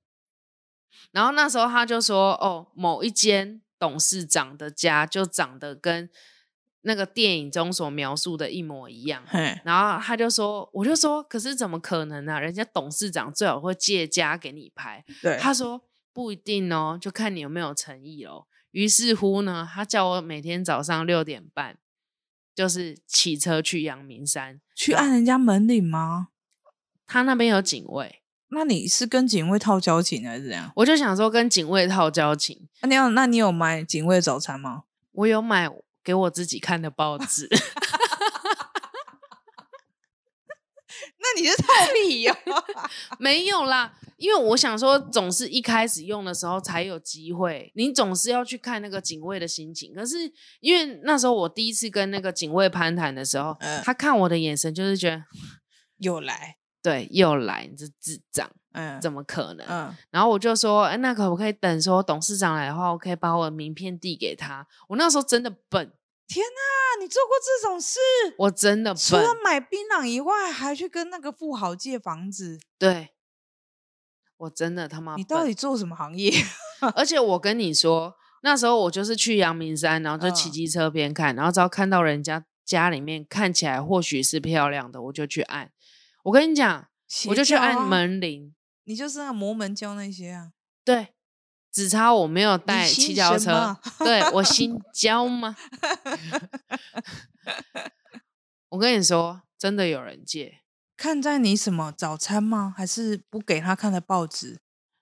[SPEAKER 1] 然后那时候他就说：“哦，某一间董事长的家就长得跟那个电影中所描述的一模一样。”
[SPEAKER 3] 嘿，
[SPEAKER 1] 然后他就说：“我就说，可是怎么可能呢、啊？人家董事长最好会借家给你拍。”
[SPEAKER 3] 对
[SPEAKER 1] 他说不一定哦，就看你有没有诚意哦。于是乎呢，他叫我每天早上六点半，就是骑车去阳明山，
[SPEAKER 3] 去按人家门铃吗？
[SPEAKER 1] 他那边有警卫，
[SPEAKER 3] 那你是跟警卫套交情还是怎样？
[SPEAKER 1] 我就想说跟警卫套交情。
[SPEAKER 3] 那你有那你有买警卫早餐吗？
[SPEAKER 1] 我有买给我自己看的报纸，
[SPEAKER 3] 那你是套屁 呀、
[SPEAKER 1] 没有啦，因为我想说，总是一开始用的时候才有机会，你总是要去看那个警卫的心情。可是因为那时候我第一次跟那个警卫攀谈的时候，
[SPEAKER 3] 嗯
[SPEAKER 1] 他看我的眼神就是觉得。
[SPEAKER 3] 又来，
[SPEAKER 1] 对，又来，你这智障，
[SPEAKER 3] 嗯，
[SPEAKER 1] 怎么可能？
[SPEAKER 3] 嗯，
[SPEAKER 1] 然后我就说，哎，那可不可以等说董事长来的话，我可以把我的名片递给他？我那时候真的笨，
[SPEAKER 3] 天哪、你做过这种事？
[SPEAKER 1] 我真的
[SPEAKER 3] 除
[SPEAKER 1] 笨，
[SPEAKER 3] 了买槟榔以外，还去跟那个富豪借房子，
[SPEAKER 1] 对，我真的他妈
[SPEAKER 3] 你
[SPEAKER 1] 啊笨。
[SPEAKER 3] 到底做什么行业？
[SPEAKER 1] 而且我跟你说，那时候我就是去阳明山，然后就骑
[SPEAKER 3] 嗯
[SPEAKER 1] 机车边看，然后只要看到人家家里面看起来或许是漂亮的，我就去按。我跟你讲，我就去
[SPEAKER 3] 邪教啊
[SPEAKER 1] 按，门铃，
[SPEAKER 3] 你就是那个魔门教那些啊。
[SPEAKER 1] 对，只差我没有带
[SPEAKER 3] 心
[SPEAKER 1] 骑脚
[SPEAKER 3] 神
[SPEAKER 1] 车
[SPEAKER 3] 吗，
[SPEAKER 1] 对我心焦吗？ 我跟你说，真的有人借，
[SPEAKER 3] 看在你什么早餐吗？还是不给他看的报纸？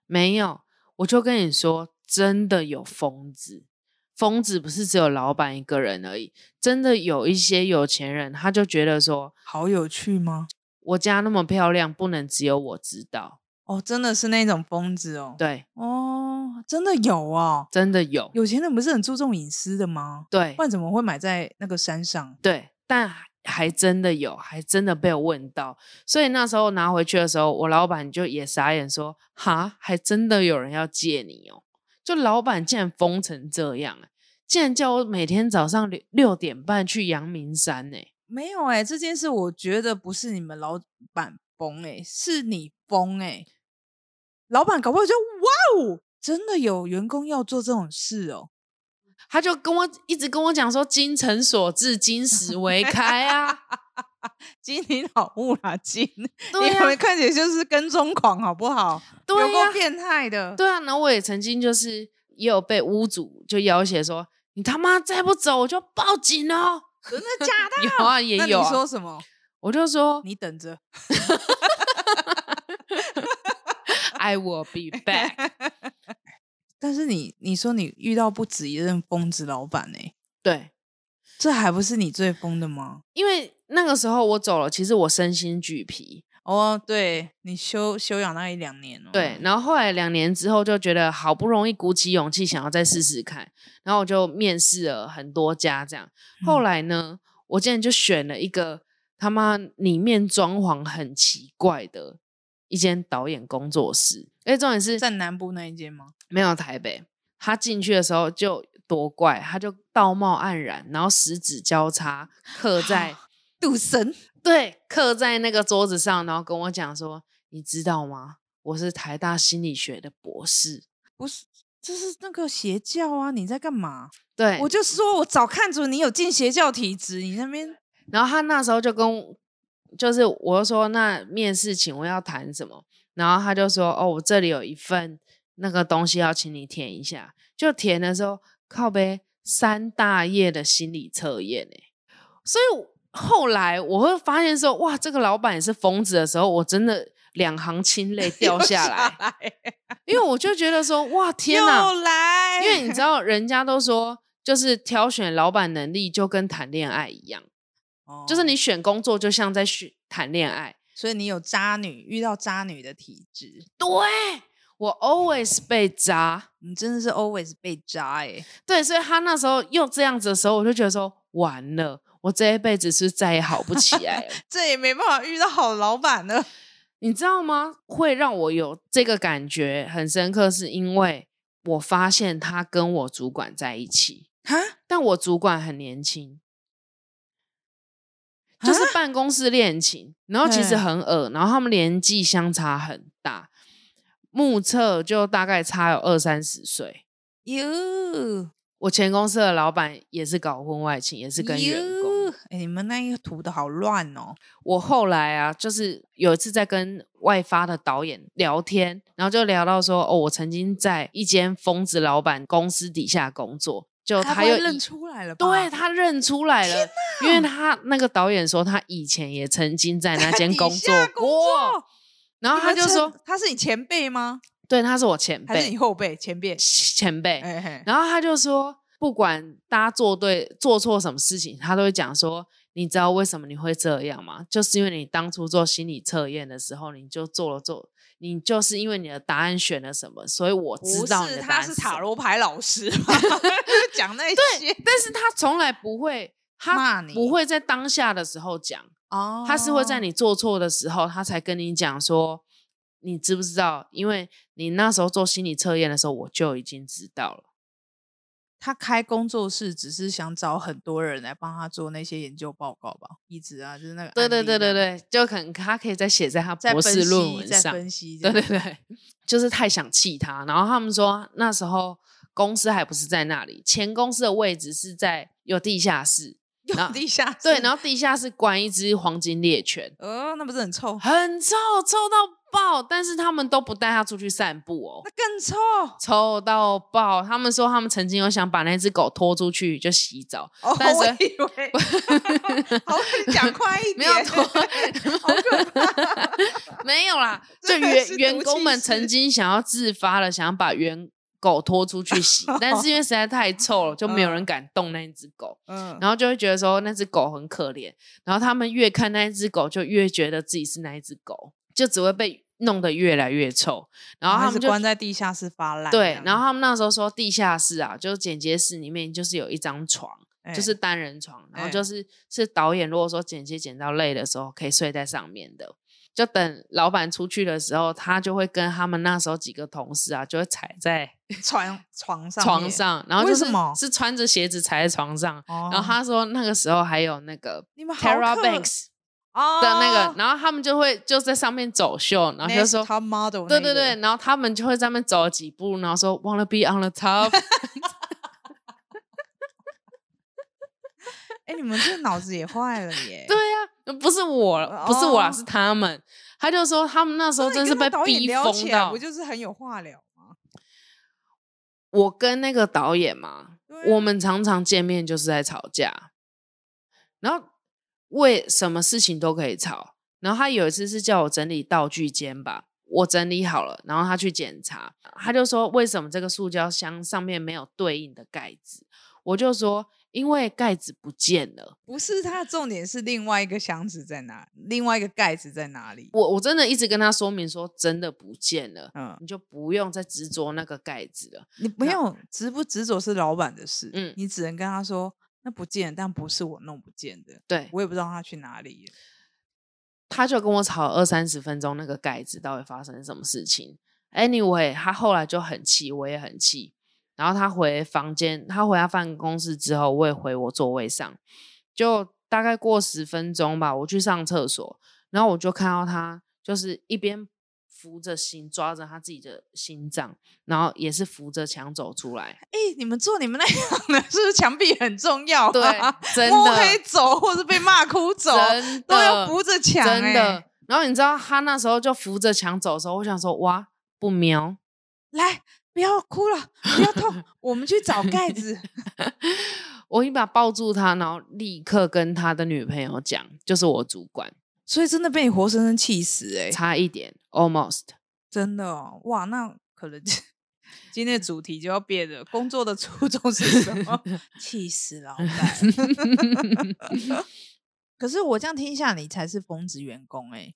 [SPEAKER 1] 没有，我就跟你说，真的有疯子。疯子不是只有老板一个人而已，真的有一些有钱人，他就觉得说，
[SPEAKER 3] 好有趣吗？
[SPEAKER 1] 我家那么漂亮，不能只有我知道。
[SPEAKER 3] 哦，真的是那种疯子哦。
[SPEAKER 1] 对，
[SPEAKER 3] 哦，真的有哦。
[SPEAKER 1] 真的有，
[SPEAKER 3] 有钱人不是很注重隐私的吗？
[SPEAKER 1] 对
[SPEAKER 3] 不然怎么会买在那个山上？
[SPEAKER 1] 对，但还还真的有，还真的被我问到。所以那时候拿回去的时候，我老板就也傻眼说：“哈，还真的有人要借你哦。”就老板竟然疯成这样、啊，竟然叫我每天早上六六点半去阳明山欸呢、
[SPEAKER 3] 没有哎、这件事我觉得不是你们老板崩哎、是你崩哎、老板搞不好就哇哦，真的有员工要做这种事哦。
[SPEAKER 1] 他就跟我一直跟我讲说“精诚所至，金石为开”啊，
[SPEAKER 3] 金你老木啦，金，
[SPEAKER 1] 对
[SPEAKER 3] 你
[SPEAKER 1] 呀、
[SPEAKER 3] 们看起来就是跟踪狂，好不好？有
[SPEAKER 1] 对呀、
[SPEAKER 3] 够变态的。
[SPEAKER 1] 对啊。然后我也曾经就是也有被屋主就要挟说：“你他妈再不走，我就报警哦。
[SPEAKER 3] 真的假的？”
[SPEAKER 1] 有啊，也
[SPEAKER 3] 那
[SPEAKER 1] 有、
[SPEAKER 3] 你说
[SPEAKER 1] 啊。
[SPEAKER 3] 什么？
[SPEAKER 1] 我就说
[SPEAKER 3] 你等着。
[SPEAKER 1] “I will be back”，
[SPEAKER 3] 但是你你说你遇到不止一任疯子老板呢、
[SPEAKER 1] 对，
[SPEAKER 3] 这还不是你最疯的吗？
[SPEAKER 1] 因为那个时候我走了，其实我身心俱疲。
[SPEAKER 3] 哦，对你休休养那一两年哦。
[SPEAKER 1] 对，然后后来两年之后就觉得好不容易鼓起勇气想要再试试看，然后我就面试了很多家这样。后
[SPEAKER 3] 嗯
[SPEAKER 1] 来呢，我竟然就选了一个他妈里面装潢很奇怪的一间导演工作室，而且重点是
[SPEAKER 3] 在南部那一间吗？
[SPEAKER 1] 没有台北。他进去的时候就多怪，他就道貌岸然，然后十指交叉刻 在
[SPEAKER 3] 赌神
[SPEAKER 1] 对，刻在那个桌子上，然后跟我讲说：“你知道吗？我是台大心理学的博士。
[SPEAKER 3] 不是，这是那个邪教啊！你在干嘛？”
[SPEAKER 1] 对，
[SPEAKER 3] 我就说我早看准你有进邪教体质，你那边
[SPEAKER 1] 然后他那时候就跟，就是我就说：“那面试请问要谈什么？”然后他就说：“哦，我这里有一份那个东西要请你填一下。”就填的时候，靠呗，三大页的心理测验哎、所以后来我会发现说：“哇，这个老板也是疯子。”的时候，我真的两行清 泪掉下来。因为我就觉得说，哇，天
[SPEAKER 3] 又
[SPEAKER 1] 哪！
[SPEAKER 3] 来，
[SPEAKER 1] 因为你知道，人家都说，就是挑选老板能力就跟谈恋爱一样，
[SPEAKER 3] 哦
[SPEAKER 1] 就是你，选工作就像在选谈恋爱。
[SPEAKER 3] 所以你有渣女遇到渣女的体质，
[SPEAKER 1] 对我 always 被渣，
[SPEAKER 3] 你真的是 always 被渣哎、
[SPEAKER 1] 对，所以他那时候又这样子的时候，我就觉得说，完了，我这一辈子是再也好不起来了。
[SPEAKER 3] 这也没办法遇到好老板了。
[SPEAKER 1] 你知道吗？会让我有这个感觉很深刻，是因为我发现他跟我主管在一起，
[SPEAKER 3] 哈，
[SPEAKER 1] 但我主管很年轻，就是
[SPEAKER 3] 啊
[SPEAKER 1] 办公室恋情，然后其实
[SPEAKER 3] 嗯
[SPEAKER 1] 很恶，然后他们年纪相差很大，目测就大概差有二三十岁。
[SPEAKER 3] 哟，
[SPEAKER 1] 我前公司的老板也是搞婚外情，也是跟员工。
[SPEAKER 3] 哟。哎，你们那一个图的好乱哦。
[SPEAKER 1] 我后来啊，就是有一次在跟外发的导演聊天，然后就聊到说，哦，我曾经在一间疯子老板公司底下工作，就
[SPEAKER 3] 该不
[SPEAKER 1] 哦他
[SPEAKER 3] 会
[SPEAKER 1] 又以
[SPEAKER 3] 认出来了吧？
[SPEAKER 1] 对他认出来了，因为他那个导演说他以前也曾经在那间
[SPEAKER 3] 底
[SPEAKER 1] 工
[SPEAKER 3] 下
[SPEAKER 1] 作
[SPEAKER 3] 工
[SPEAKER 1] 过
[SPEAKER 3] 作，
[SPEAKER 1] 然后
[SPEAKER 3] 你
[SPEAKER 1] 他
[SPEAKER 3] 们
[SPEAKER 1] 就
[SPEAKER 3] 称
[SPEAKER 1] 说，
[SPEAKER 3] 他是你前辈吗？
[SPEAKER 1] 对，他是我前
[SPEAKER 3] 还是你
[SPEAKER 1] 辈
[SPEAKER 3] 后辈？前辈。
[SPEAKER 1] 前辈，
[SPEAKER 3] 哎嘿，
[SPEAKER 1] 然后他就说，不管大家做对做错什么事情，他都会讲说，你知道为什么你会这样吗？就是因为你当初做心理测验的时候，你就做了做，你就是因为你的答案选了什么，所以我知
[SPEAKER 3] 不
[SPEAKER 1] 道你
[SPEAKER 3] 是，
[SPEAKER 1] 的答
[SPEAKER 3] 他
[SPEAKER 1] 案
[SPEAKER 3] 是
[SPEAKER 1] 什
[SPEAKER 3] 塔
[SPEAKER 1] 么。
[SPEAKER 3] 罗牌老师 吧，就讲那些
[SPEAKER 1] 但是他从来不会，他
[SPEAKER 3] 骂你
[SPEAKER 1] 不会在当下的时候讲。
[SPEAKER 3] 哦
[SPEAKER 1] 他是会在你做错的时候，他才跟你讲说，你知不知道？因为你那时候做心理测验的时候，我就已经知道了。
[SPEAKER 3] 他开工作室，只是想找很多人来帮他做那些研究报告吧，一直啊，就是那个
[SPEAKER 1] 对
[SPEAKER 3] 案
[SPEAKER 1] 对
[SPEAKER 3] 例
[SPEAKER 1] 对对
[SPEAKER 3] 这样，
[SPEAKER 1] 对，就可能他可以再写在他
[SPEAKER 3] 在
[SPEAKER 1] 博
[SPEAKER 3] 分
[SPEAKER 1] 士论
[SPEAKER 3] 析
[SPEAKER 1] 文
[SPEAKER 3] 在
[SPEAKER 1] 上。
[SPEAKER 3] 分析这
[SPEAKER 1] 对
[SPEAKER 3] 样，
[SPEAKER 1] 对对， 就是太想气他。然后他们说那时候公司还不是在那里，前公司的位置是在有地下室，然
[SPEAKER 3] 用
[SPEAKER 1] 后
[SPEAKER 3] 地下
[SPEAKER 1] 对，
[SPEAKER 3] 室
[SPEAKER 1] 然后地下室关一只黄金猎犬，
[SPEAKER 3] 哦，那不是很臭？
[SPEAKER 1] 很臭，臭到爆。但是他们都不带它出去散步哦。
[SPEAKER 3] 那更臭，
[SPEAKER 1] 臭到爆！他们说他们曾经有想把那只狗拖出去就洗 澡，
[SPEAKER 3] 哦，
[SPEAKER 1] 但
[SPEAKER 3] 我
[SPEAKER 1] 是
[SPEAKER 3] 以为，好，讲快一点，
[SPEAKER 1] 没有拖
[SPEAKER 3] 好可怕，
[SPEAKER 1] 没有 啦，就
[SPEAKER 3] 真的
[SPEAKER 1] 员
[SPEAKER 3] 是
[SPEAKER 1] 员
[SPEAKER 3] 毒
[SPEAKER 1] 工
[SPEAKER 3] 气
[SPEAKER 1] 们
[SPEAKER 3] 室
[SPEAKER 1] 曾经想要自发的想把员狗拖出去洗，但是因为实在太臭了，就没有人敢动那只狗，
[SPEAKER 3] 嗯，
[SPEAKER 1] 然后就会觉得说那只狗很可怜，然后他们越看那只狗，就越觉得自己是那一只狗，就只会被弄得越来越臭，然后他
[SPEAKER 3] 哦是
[SPEAKER 1] 们就
[SPEAKER 3] 关在地啊下室发烂这
[SPEAKER 1] 对
[SPEAKER 3] 样，子，
[SPEAKER 1] 然后他们那时候说地下室啊，就是剪接室里面就是有一张床。
[SPEAKER 3] 哎
[SPEAKER 1] 就是单人床，然后
[SPEAKER 3] 哎
[SPEAKER 1] 就是是导演如果说剪接剪到累的时候，可以睡在上面的。就等老板出去的时候，他就会跟他们那时候几个同事啊，就会踩在
[SPEAKER 3] 床床上
[SPEAKER 1] 床
[SPEAKER 3] 面，
[SPEAKER 1] 上，然后
[SPEAKER 3] 为
[SPEAKER 1] 就是
[SPEAKER 3] 什么
[SPEAKER 1] 是穿着鞋子踩在床上。
[SPEAKER 3] 哦、
[SPEAKER 1] 然后他说那个时候还有那个
[SPEAKER 3] 你们好
[SPEAKER 1] Tara
[SPEAKER 3] 可
[SPEAKER 1] Banks
[SPEAKER 3] 哦
[SPEAKER 1] 的那个，然后他们就会就在上面走秀，然后就说
[SPEAKER 3] 他 model，
[SPEAKER 1] 对
[SPEAKER 3] 那
[SPEAKER 1] 对
[SPEAKER 3] 个
[SPEAKER 1] 对，，然后他们就会在那边走几步，然后说 wanna be on the top，
[SPEAKER 3] 哎，你们这脑子也坏了耶！
[SPEAKER 1] 对呀，不是我了，不是我啦，
[SPEAKER 3] 哦
[SPEAKER 1] 是他们。他就说他们那时
[SPEAKER 3] 那
[SPEAKER 1] 候
[SPEAKER 3] 你
[SPEAKER 1] 真
[SPEAKER 3] 跟
[SPEAKER 1] 是
[SPEAKER 3] 那
[SPEAKER 1] 被
[SPEAKER 3] 导演
[SPEAKER 1] 逼
[SPEAKER 3] 聊
[SPEAKER 1] 疯
[SPEAKER 3] 起来
[SPEAKER 1] 到
[SPEAKER 3] 不。就是很有话聊吗？
[SPEAKER 1] 我跟那个导演嘛，
[SPEAKER 3] 对啊
[SPEAKER 1] 我们常常见面就是在吵架，然后为什么事情都可以吵。然后他有一次是叫我整理道具间吧，我整理好了，然后他去检查，他就说为什么这个塑胶箱上面没有对应的盖子？我就说因为盖子不见了。
[SPEAKER 3] 不是他的重点是另外一个箱子在哪，另外一个盖子在哪里？
[SPEAKER 1] 我我真的一直跟他说明说真的不见了，
[SPEAKER 3] 嗯，
[SPEAKER 1] 你就不用再执着那个盖子了。
[SPEAKER 3] 你没有执不执着是老板的事，
[SPEAKER 1] 嗯
[SPEAKER 3] 你只能跟他说那不见了，但不是我弄不见的，
[SPEAKER 1] 对，
[SPEAKER 3] 我也不知道他去哪里了。
[SPEAKER 1] 他就跟我吵二三十分钟，那个盖子到底发生什么事情？Anyway，他后来就很气，我也很气。然后他回房间，他回他办公室之后，我也回我座位上，就大概过十分钟吧，我去上厕所，然后我就看到他就是一边扶着心，抓着他自己的心脏，然后也是扶着墙走出来。
[SPEAKER 3] 哎，你们做你们那行的，是不是墙壁很重要、啊？
[SPEAKER 1] 对，真
[SPEAKER 3] 摸
[SPEAKER 1] 的，
[SPEAKER 3] 黑走或是被骂哭走，
[SPEAKER 1] 真的
[SPEAKER 3] 都要扶着墙、欸，
[SPEAKER 1] 真的。然后你知道他那时候就扶着墙走的时候，我想说哇不瞄，
[SPEAKER 3] 来，不要哭了，不要 痛，我们去找盖子。
[SPEAKER 1] 我一把抱住他，然后立刻跟他的女朋友讲，就是我主管，
[SPEAKER 3] 所以真的被你活生生气死哎、
[SPEAKER 1] 差一点 almost。
[SPEAKER 3] 真的哦，哇，那可能今天的主题就要变了，工作的初衷是什么？ 气死老板。可是我这样听下，你才是疯子员工哎、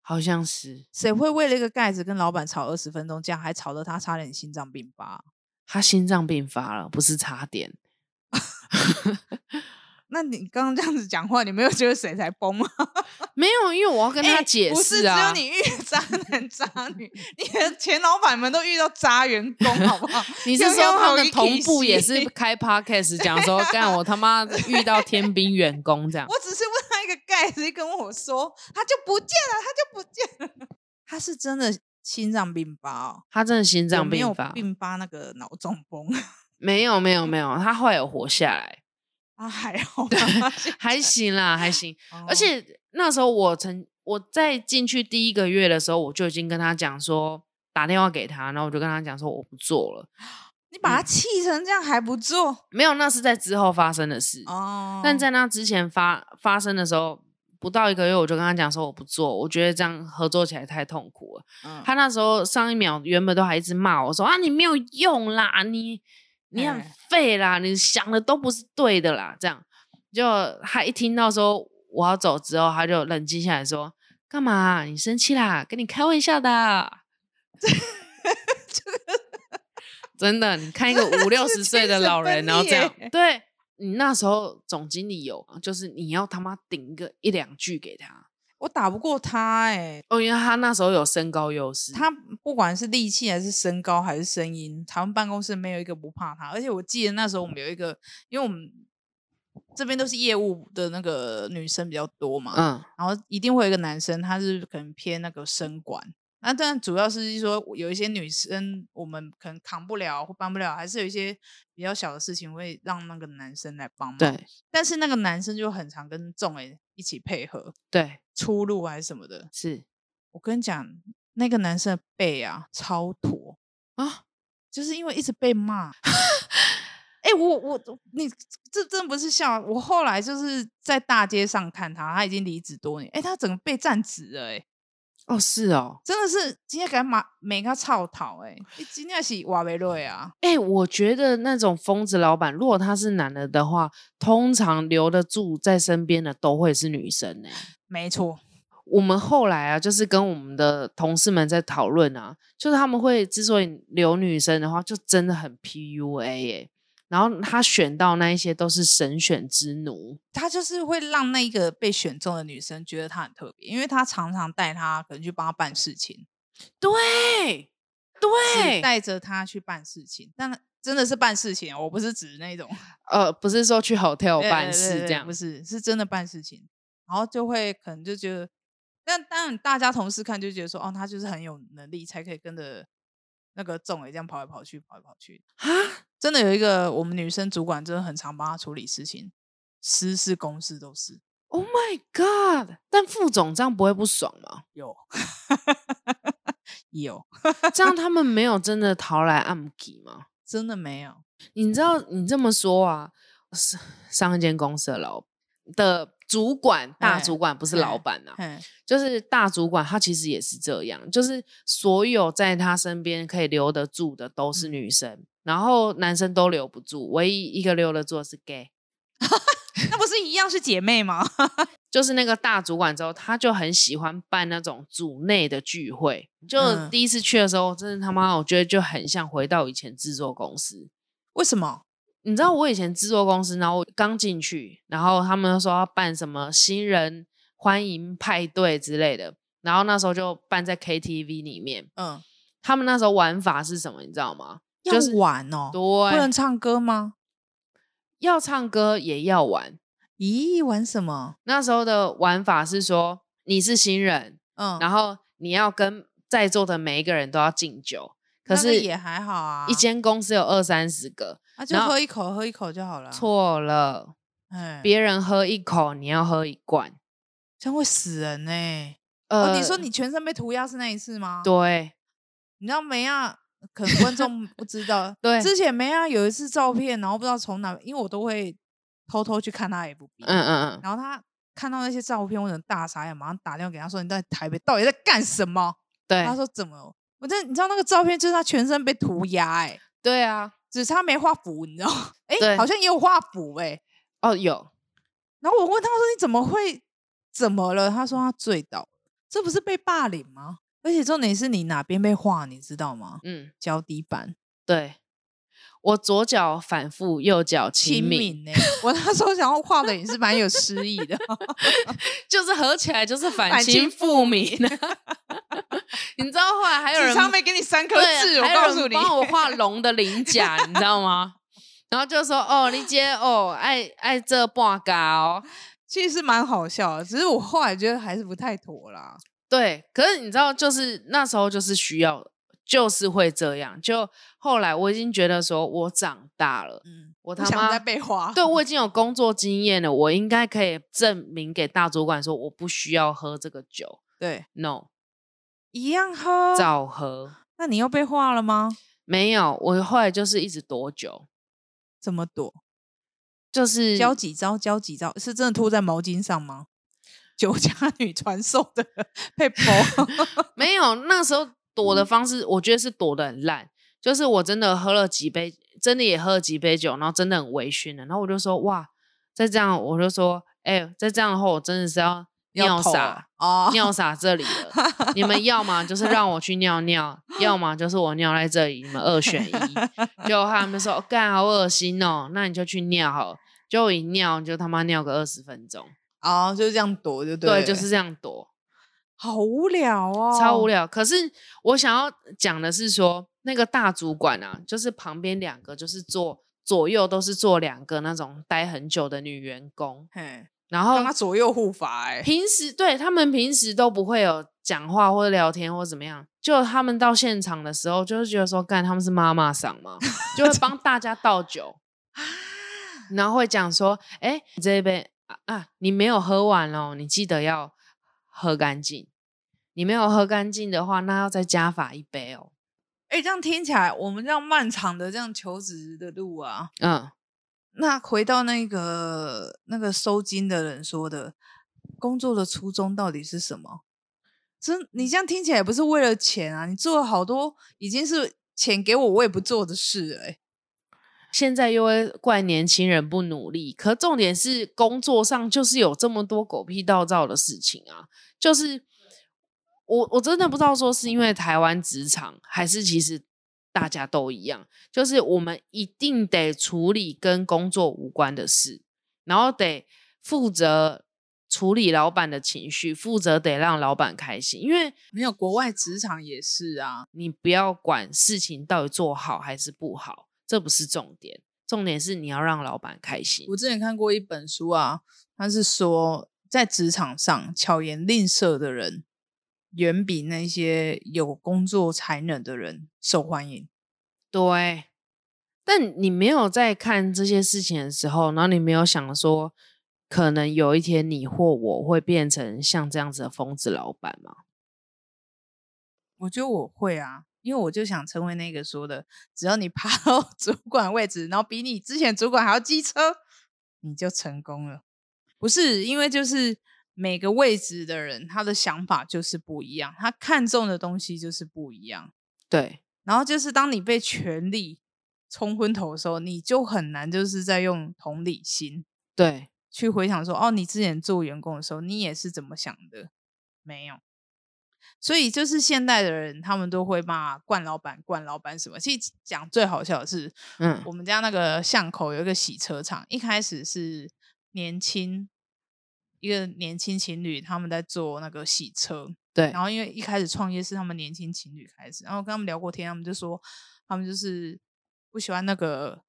[SPEAKER 1] 好像是
[SPEAKER 3] 谁会为了一个盖子跟老板吵二十分钟架，还吵得他差点心脏病发？
[SPEAKER 1] 他心脏病发了，不是差点。
[SPEAKER 3] 那你刚刚这样子讲话，你没有觉得谁才疯吗？
[SPEAKER 1] 没有，因为我要跟他
[SPEAKER 3] 欸
[SPEAKER 1] 解
[SPEAKER 3] 不是
[SPEAKER 1] 释
[SPEAKER 3] 只
[SPEAKER 1] 啊。
[SPEAKER 3] 有你遇渣男渣女，你的前老板们都遇到渣员工，好不 好？
[SPEAKER 1] 你是
[SPEAKER 3] 有没
[SPEAKER 1] 说
[SPEAKER 3] 有
[SPEAKER 1] 他
[SPEAKER 3] 好
[SPEAKER 1] 们
[SPEAKER 3] 一
[SPEAKER 1] 同
[SPEAKER 3] 起
[SPEAKER 1] 步 也
[SPEAKER 3] 洗
[SPEAKER 1] 是开 podcast 讲 说，干我他妈遇到天兵员工这样
[SPEAKER 3] 我？只是问他一个盖子，跟我说他就不见了，他就不见了。 他是真的心脏病发哦，
[SPEAKER 1] 他真的心
[SPEAKER 3] 有
[SPEAKER 1] 脏
[SPEAKER 3] 没有
[SPEAKER 1] 病发？
[SPEAKER 3] 并发那个脑中风
[SPEAKER 1] 没有，没有，没有，他后来有活下来，
[SPEAKER 3] 啊，还好吧？
[SPEAKER 1] 还行啦，还行。
[SPEAKER 3] 哦
[SPEAKER 1] 而且那时候我曾我在进去第一个月的时候，我就已经跟他讲说打电话给他，然后我就跟他讲说我不做了。
[SPEAKER 3] 你把他
[SPEAKER 1] 嗯
[SPEAKER 3] 气成这样还不做
[SPEAKER 1] 没有，那是在之后发生的事。
[SPEAKER 3] 哦，
[SPEAKER 1] 但在那之前发发生的时候，不到一个月，我就跟他讲说我不做，我觉得这样合作起来太痛苦了。
[SPEAKER 3] 嗯
[SPEAKER 1] 他那时候上一秒原本都还一直骂我说啊你没有用啦，你你很
[SPEAKER 3] 哎
[SPEAKER 1] 废啦，你想的都不是对的啦，这样就他一听到说我要走之后，他就冷静下来说干嘛啊、你生气啦？跟你开玩笑的 啊。真的，你看一个五六十岁的
[SPEAKER 3] 精神
[SPEAKER 1] 老人，哦
[SPEAKER 3] 分
[SPEAKER 1] 然后这样
[SPEAKER 3] 裂，
[SPEAKER 1] 对你那时候总经理有，就是你要他妈顶个一两句给他。
[SPEAKER 3] 我打不过他哎、
[SPEAKER 1] 哦，因为他那时候有身高优势，
[SPEAKER 3] 他不管是力气还是身高还是声音，台湾办公室没有一个不怕他。而且我记得那时候我们有一个，因为我们这边都是业务的那个女生比较多嘛，
[SPEAKER 1] 嗯，
[SPEAKER 3] 然后一定会有一个男生，他是可能偏那个生管。那但主要是说有一些女生我们可能扛不了或帮不了，还是有一些比较小的事情会让那个男生来帮忙。，
[SPEAKER 1] 对
[SPEAKER 3] 但是那个男生就很常跟仲伟一起配合
[SPEAKER 1] 对
[SPEAKER 3] 出入还是什么的。
[SPEAKER 1] 是
[SPEAKER 3] 我跟你讲，那个男生的背啊超驼，
[SPEAKER 1] 啊，
[SPEAKER 3] 就是因为一直被 骂。哎、我我你这真不是笑。我后来就是在大街上看他，他已经离职多年。哎、他整个被站直了、哎，
[SPEAKER 1] 哦是哦，
[SPEAKER 3] 真的是今天给他骂，每个操讨，哎，你今天是瓦维瑞啊，
[SPEAKER 1] 哎、我觉得那种疯子老板，如果他是男的的话，通常留得住在身边的都会是女生呢、
[SPEAKER 3] 没错，
[SPEAKER 1] 我们后来啊，就是跟我们的同事们在讨论啊，就是他们会之所以留女生的话，就真的很 PUA 耶、然后他选到那一些都是神选之奴，
[SPEAKER 3] 他就是会让那个被选中的女生觉得她很特别，因为他常常带她，可能去帮她办事情，
[SPEAKER 1] 对
[SPEAKER 3] 只
[SPEAKER 1] 对，
[SPEAKER 3] 带着她去办事情，但真的是办事情哦，我不是指那种
[SPEAKER 1] 呃，不是说去 hotel
[SPEAKER 3] 对
[SPEAKER 1] 哦办
[SPEAKER 3] 对
[SPEAKER 1] 事
[SPEAKER 3] 对
[SPEAKER 1] 这
[SPEAKER 3] 对
[SPEAKER 1] 样
[SPEAKER 3] 不，是，是真的办事情，然后就会可能就觉得，但但大家同事看就觉得说，哦，他就是很有能力，才可以跟着那个仲伟这样跑来跑去，跑来跑去。
[SPEAKER 1] 啊，
[SPEAKER 3] 真的有一个我们女生主管，真的很常帮他处理事情，私事公事都是
[SPEAKER 1] Oh my god！但副总这样不会不爽吗？
[SPEAKER 3] 有有，
[SPEAKER 1] 这样他们没有真的逃来暗记吗？
[SPEAKER 3] 真的没有。
[SPEAKER 1] 你知道你这么说啊，上上一间公司的老的主管，大
[SPEAKER 3] 哎
[SPEAKER 1] 主管不是
[SPEAKER 3] 哎
[SPEAKER 1] 老板啊，
[SPEAKER 3] 嗯，
[SPEAKER 1] 就是大主管，他其实也是这样，就是所有在他身边可以留得住的都是
[SPEAKER 3] 嗯
[SPEAKER 1] 女生，然后男生都留不住，唯一一个留得住的是 gay。
[SPEAKER 3] 那不是一样是姐妹吗？
[SPEAKER 1] 就是那个大主管之后，他就很喜欢办那种组内的聚会。就
[SPEAKER 3] 嗯
[SPEAKER 1] 第一次去的时候，真的他妈，我觉得就很像回到以前制作公司。
[SPEAKER 3] 为什么？
[SPEAKER 1] 你知道我以前制作公司，然后我刚进去，然后他们说要办什么新人欢迎派对之类的，然后那时候就办在 KTV 里面。
[SPEAKER 3] 嗯，
[SPEAKER 1] 他们那时候玩法是什么，你知道吗？
[SPEAKER 3] 要
[SPEAKER 1] 就是
[SPEAKER 3] 玩哦，不能
[SPEAKER 1] 对，
[SPEAKER 3] 唱歌吗？
[SPEAKER 1] 要唱歌也要玩。
[SPEAKER 3] 咦，玩什么？
[SPEAKER 1] 那时候的玩法是说，你是新人，
[SPEAKER 3] 嗯，
[SPEAKER 1] 然后你要跟在座的每一个人都要敬酒，可
[SPEAKER 3] 那个
[SPEAKER 1] 是
[SPEAKER 3] 也还好啊，
[SPEAKER 1] 一间公司有二三十个，
[SPEAKER 3] 啊，就
[SPEAKER 1] 然后
[SPEAKER 3] 喝一口，喝一口就好了。，
[SPEAKER 1] 错了，
[SPEAKER 3] 哎，
[SPEAKER 1] 别人喝一口，你要喝一罐。
[SPEAKER 3] 这样会死人呢、
[SPEAKER 1] 呃，
[SPEAKER 3] 哦，你说你全身被涂鸦是那一次吗？，
[SPEAKER 1] 对，
[SPEAKER 3] 你知道梅亚，可能观众不知道，
[SPEAKER 1] 对
[SPEAKER 3] 之前梅亚有一次照片，然后不知道从哪，因为我都会偷偷去看她 FB，、
[SPEAKER 1] 嗯嗯嗯，
[SPEAKER 3] 然后她看到那些照片，我整个大傻眼，马上打电话给她说：“你在台北到底在干什么？”
[SPEAKER 1] 对
[SPEAKER 3] 她，说：“怎么了？”我真的，你知道那个照片就是她全身被涂鸦、哎，
[SPEAKER 1] 对啊，
[SPEAKER 3] 只差没画符，你知道吗？ 哎、
[SPEAKER 1] 对
[SPEAKER 3] 好像也有画符、哎。
[SPEAKER 1] 哦有，
[SPEAKER 3] 然后我问他说：“你怎么会怎么了？”他说：“他醉倒了，这不是被霸凌吗？而且重点是你哪边被划，你知道吗？
[SPEAKER 1] 嗯
[SPEAKER 3] 脚底板
[SPEAKER 1] 对，我左脚反复，右脚
[SPEAKER 3] 亲
[SPEAKER 1] 轻敏，
[SPEAKER 3] 敏呢、我那时候想要画的也是蛮有诗意的，
[SPEAKER 1] 就是合起来就是反
[SPEAKER 3] 反
[SPEAKER 1] 清
[SPEAKER 3] 清
[SPEAKER 1] 复明。 你知道后来 还有人
[SPEAKER 3] 只差没给你三颗
[SPEAKER 1] 对，
[SPEAKER 3] 痣，我
[SPEAKER 1] 还有
[SPEAKER 3] 告
[SPEAKER 1] 人
[SPEAKER 3] 诉你，
[SPEAKER 1] 帮我 画龙的鳞甲，你知道吗？然后就说哦，你姐哦，爱爱这半嘎哦，
[SPEAKER 3] 其实蛮好笑的，只是我后来觉得还是不太妥啦。
[SPEAKER 1] 对。可是你知道，就是那时候就是需要，就是会这样。就后来我已经觉得说，我长大了，
[SPEAKER 3] 嗯，
[SPEAKER 1] 我
[SPEAKER 3] 我
[SPEAKER 1] 他
[SPEAKER 3] 不想
[SPEAKER 1] 妈
[SPEAKER 3] 再被划，
[SPEAKER 1] 对我已经有工作经验了，我应该可以证明给大主管说，我不需要喝这个酒。
[SPEAKER 3] 对，
[SPEAKER 1] No，
[SPEAKER 3] 一样哦喝。
[SPEAKER 1] 照喝。
[SPEAKER 3] 那你又被划了吗？
[SPEAKER 1] 没有，我后来就是一直躲酒，
[SPEAKER 3] 怎么躲？
[SPEAKER 1] 就是
[SPEAKER 3] 教几招，教几招，是真的吐在毛巾上吗？酒家女 传授的配 包，
[SPEAKER 1] 没有，那时候躲的方式，我觉得是躲得很烂。就是我真的喝了几杯，真的也喝了几杯酒，然后真的很微醺了。然后我就说，哇，再这样，我就说，哎、再这样的话，我真的是要尿
[SPEAKER 3] 投
[SPEAKER 1] 洒，
[SPEAKER 3] 哦，
[SPEAKER 1] 尿洒这里了。你们要么就是让我去尿尿，要么就是我尿在这里，你们二选一。就他们说，干好恶心哦，那你就去尿好了。就一尿就他妈尿个二十分钟，
[SPEAKER 3] 哦，就是这样躲就对了，
[SPEAKER 1] 对，就是这样躲。
[SPEAKER 3] 好无聊哦，
[SPEAKER 1] 超无，聊。可是我想要讲的是说，那个大主管啊，就是旁边两个就是坐左右都是坐两个那种待很久的女员工，
[SPEAKER 3] 嘿，
[SPEAKER 1] 然
[SPEAKER 3] 帮
[SPEAKER 1] 后
[SPEAKER 3] 他左右护法、哎，
[SPEAKER 1] 平时对他们平时都不会有讲话或者聊天或怎么样。就他们到现场的时候，就是觉得说，干他们是妈妈桑嘛， 就会帮大家倒酒，然后会讲说，哎、你这一杯啊啊，你没有喝完哦，你记得要喝干净。你没有喝干净的话，那要再加法一杯哦。
[SPEAKER 3] 哎、这样听起来，我们这样漫长的这样求职的路啊，
[SPEAKER 1] 嗯，
[SPEAKER 3] 那回到那个那个收金的人说的，工作的初衷到底是什么？真，你这样听起来也不是为了钱啊，你做了好多已经是钱给我我也不做的事、哎，
[SPEAKER 1] 现在又会怪年轻人不努力，可重点是工作上就是有这么多狗屁倒灶的事情啊，就是我我真的不知道说是因为台湾职场，还是其实大家都一样，就是我们一定得处理跟工作无关的事，然后得负责处理老板的情绪，负责得让老板开心，因为
[SPEAKER 2] 没有国外职场也是啊，
[SPEAKER 1] 你不要管事情到底做好还是不好，这不是重点，重点是你要让老板开心。
[SPEAKER 2] 我之前看过一本书啊，他是说在职场上巧言令色的人，远比那些有工作才能的人受欢迎。
[SPEAKER 1] 对，但你没有在看这些事情的时候，然后你没有想说，可能有一天你或我会变成像这样子的疯子老板吗？
[SPEAKER 2] 我觉得我会啊，
[SPEAKER 3] 因为我就想成为那个说的，只要你爬 到主管位置，然后比你之前主管还要机车，你就成功了。不是因为就是每个位置的人他的想法就是不一样，他看重的东西就是不一样。
[SPEAKER 1] 对，
[SPEAKER 3] 然后就是当你被权力冲昏头的时候，你就很难就是在用同理心
[SPEAKER 1] 对，
[SPEAKER 3] 去回想说，哦，你之前做员工的时候，你也是怎么想的？没有。所以就是现代的人，他们都会骂“惯老板”“惯老板”什么。其实讲最好笑的是，
[SPEAKER 1] 嗯，
[SPEAKER 3] 我们家那个巷口有一个洗车场，一开始是年轻一个年轻情侣他们在做那个洗车，
[SPEAKER 1] 对
[SPEAKER 3] 然后因为一开始创业是他们年轻情侣开始，然后跟他们聊过天，他们就说他们就是不喜欢那个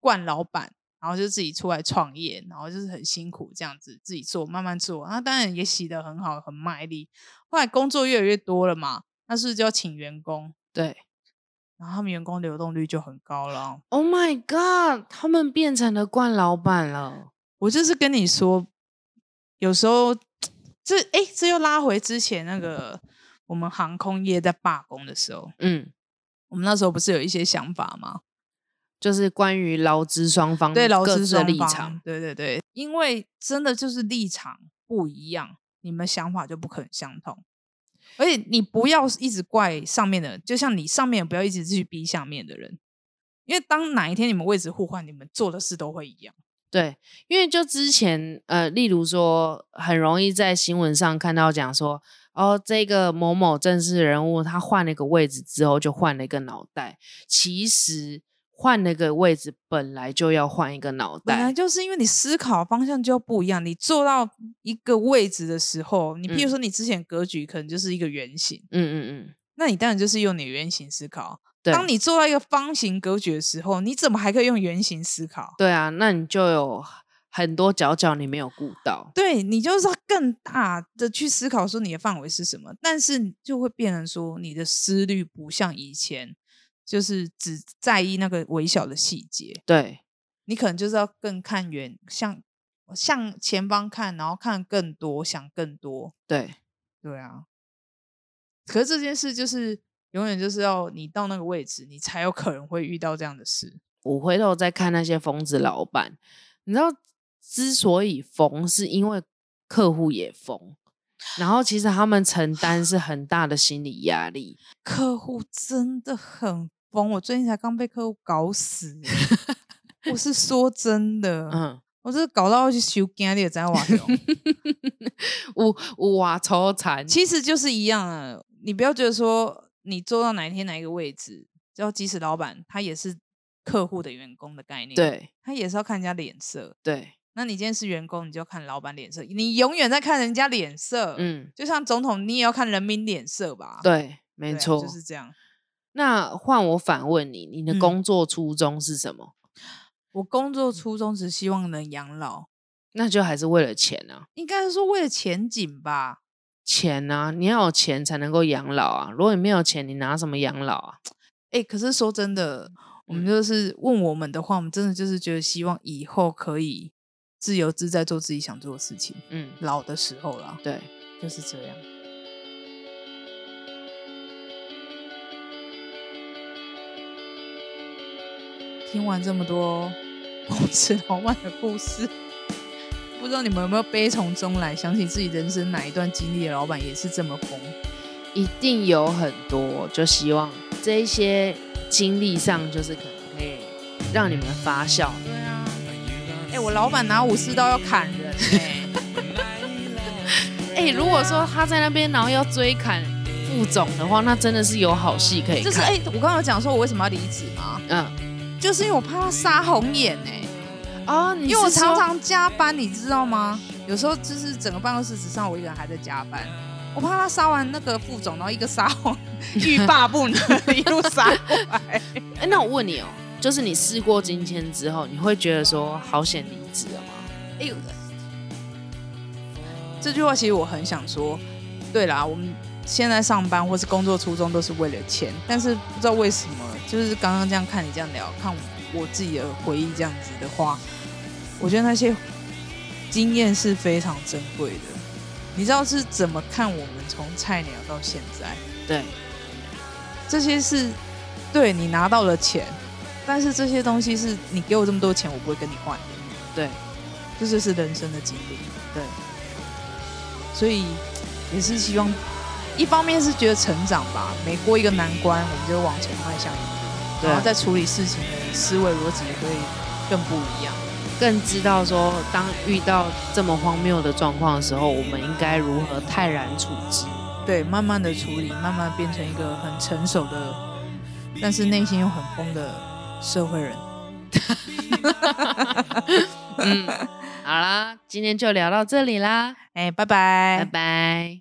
[SPEAKER 3] 惯老板，然后就自己出来创业，然后就是很辛苦这样子自己做，慢慢做，那当然也洗得很好，很卖力。后来工作越来越多了嘛，那是不是就要请员工？
[SPEAKER 1] 对。
[SPEAKER 3] 然后他们员工流动率就很高了。哦
[SPEAKER 1] Oh my god！他们变成了惯老板了。
[SPEAKER 3] 我就是跟你说，有时候这哎、这又拉回之前那个我们航空业在罢工的时候，
[SPEAKER 1] 嗯，
[SPEAKER 3] 我们那时候不是有一些想法吗？
[SPEAKER 1] 就是关于劳资双方
[SPEAKER 3] 对劳
[SPEAKER 1] 各
[SPEAKER 3] 资
[SPEAKER 1] 自的
[SPEAKER 3] 双
[SPEAKER 1] 立
[SPEAKER 3] 方
[SPEAKER 1] 场。
[SPEAKER 3] 对对对，因为真的就是立场不一样，你们想法就不可能相同。而且你不要一直怪上面的人，就像你上面也不要一直去逼下面的人，因为当哪一天你们位置互换，你们做的事都会一样。
[SPEAKER 1] 对，因为就之前呃，例如说，很容易在新闻上看到讲说，哦，这个某某政治人物他换了一个位置之后就换了一个脑袋，其实换了一个位置本来就要换一个脑
[SPEAKER 3] 本来
[SPEAKER 1] 袋，
[SPEAKER 3] 就是因为你思考方向就不一样，你坐到一个位置的时候，你譬如说你之前格局可能就是一个圆形，
[SPEAKER 1] 嗯嗯嗯，
[SPEAKER 3] 那你当然就是用你的圆形思考。啊
[SPEAKER 1] 对，
[SPEAKER 3] 当你坐到一个方形格局的时候，你怎么还可以用圆形思考？
[SPEAKER 1] 对啊，那你就有很多角角你没有顾到，
[SPEAKER 3] 对你就是要更大的去思考说你的范围是什么，但是就会变成说你的思虑不像以前，就是只在意那个微小的细节。
[SPEAKER 1] 对
[SPEAKER 3] 你可能就是要更看远，向向前方看，然后看更多，想更多。
[SPEAKER 1] 对
[SPEAKER 3] 对啊，可是这件事就是永远就是要你到那个位置，你才有可能会遇到这样的事。
[SPEAKER 1] 我回头再看那些疯子老板，你知道，之所以疯，是因为客户也疯，然后其实他们承担是很大的心理压力。
[SPEAKER 3] 客户真的很疯，我最近才刚被客户搞死欸。我是说真的，
[SPEAKER 1] 嗯，
[SPEAKER 3] 我这搞到要去修干裂在 瓦流，
[SPEAKER 1] 我我啊，愁惨。
[SPEAKER 3] 其实就是一样啊。你不要觉得说你做到哪一天哪一个位置，就要即使老板他也是客户的员工的概念，，
[SPEAKER 1] 对
[SPEAKER 3] 他也是要看人家脸色。
[SPEAKER 1] 对，
[SPEAKER 3] 那你今天是员工，你就要看老板脸色，你永远在看人家脸色。
[SPEAKER 1] 嗯，
[SPEAKER 3] 就像总统，你也要看人民脸色吧？对啊，
[SPEAKER 1] 对，没错。
[SPEAKER 3] 就是这样。
[SPEAKER 1] 那换我反问你，你的
[SPEAKER 3] 嗯
[SPEAKER 1] 工作初衷是什么？
[SPEAKER 3] 我工作初衷只希望能养老，
[SPEAKER 1] 那就还是为了钱啊，
[SPEAKER 3] 应该是说为了前景吧。
[SPEAKER 1] 钱啊，你要有钱才能够养老啊。如果你没有钱，你拿什么养老啊？
[SPEAKER 3] 哎、可是说真的，我们就是问我们的话，我们真的就是觉得希望以后可以自由自在做自己想做的事情，
[SPEAKER 1] 嗯，
[SPEAKER 3] 老的时候啦，
[SPEAKER 1] 对。
[SPEAKER 3] 就是这样。听完这么多 公子老外的故事，不知道你们有没有悲从中来，想起自己人生哪一段经历的老板也是这么疯。
[SPEAKER 1] 一定有很多，就希望这一些经历上，就是可能可以让你们发笑。
[SPEAKER 3] 对啊，哎、我老板拿武士刀要砍人哎、
[SPEAKER 1] 哎、如果说他在那边，然后要追砍富副总的话，那真的是有好戏可以
[SPEAKER 3] 就是
[SPEAKER 1] 看。
[SPEAKER 3] 哎、我刚刚有讲说我为什么要离职吗？
[SPEAKER 1] 嗯，
[SPEAKER 3] 就是因为我怕他杀红眼哎、
[SPEAKER 1] 哦，你
[SPEAKER 3] 因为我
[SPEAKER 1] 是说
[SPEAKER 3] 常常加班，你知道吗？有时候就是整个办公室只剩我一个人还在加班，我怕他杀完那个副总，然后一个杀红，欲罢不能， 一路杀过来。
[SPEAKER 1] 哎、那我问你哦，就是你事过境迁之后，你会觉得说好险离职了吗？
[SPEAKER 3] 哎呦，
[SPEAKER 2] 这句话其实我很想说，
[SPEAKER 3] 对啦，我们现在上班或是工作初衷都是为了钱，但是不知道为什么，就是刚刚这样看你这样聊，看我自己的回忆这样子的话，我觉得那些经验是非常珍贵的。你知道是怎么看我们从菜鸟到现在？
[SPEAKER 1] 对，
[SPEAKER 3] 这些是对你拿到了钱，但是这些东西是你给我这么多钱，我不会跟你换的。
[SPEAKER 1] 对，
[SPEAKER 3] 这就是人生的经历。
[SPEAKER 1] 对，
[SPEAKER 3] 所以也是希望，一方面是觉得成长吧，每过一个难关，我们就往前迈向一步，
[SPEAKER 1] 对
[SPEAKER 3] 然后在处理事情的思维逻辑也会更不一样。
[SPEAKER 1] 更知道说，当遇到这么荒谬的状况的时候，我们应该如何泰然处 之。
[SPEAKER 3] 对，慢慢的处理，慢慢变成一个很成熟的，但是内心又很疯的社会人。
[SPEAKER 1] 嗯，好啦，今天就聊到这里啦，
[SPEAKER 3] 哎、拜拜，
[SPEAKER 1] 拜拜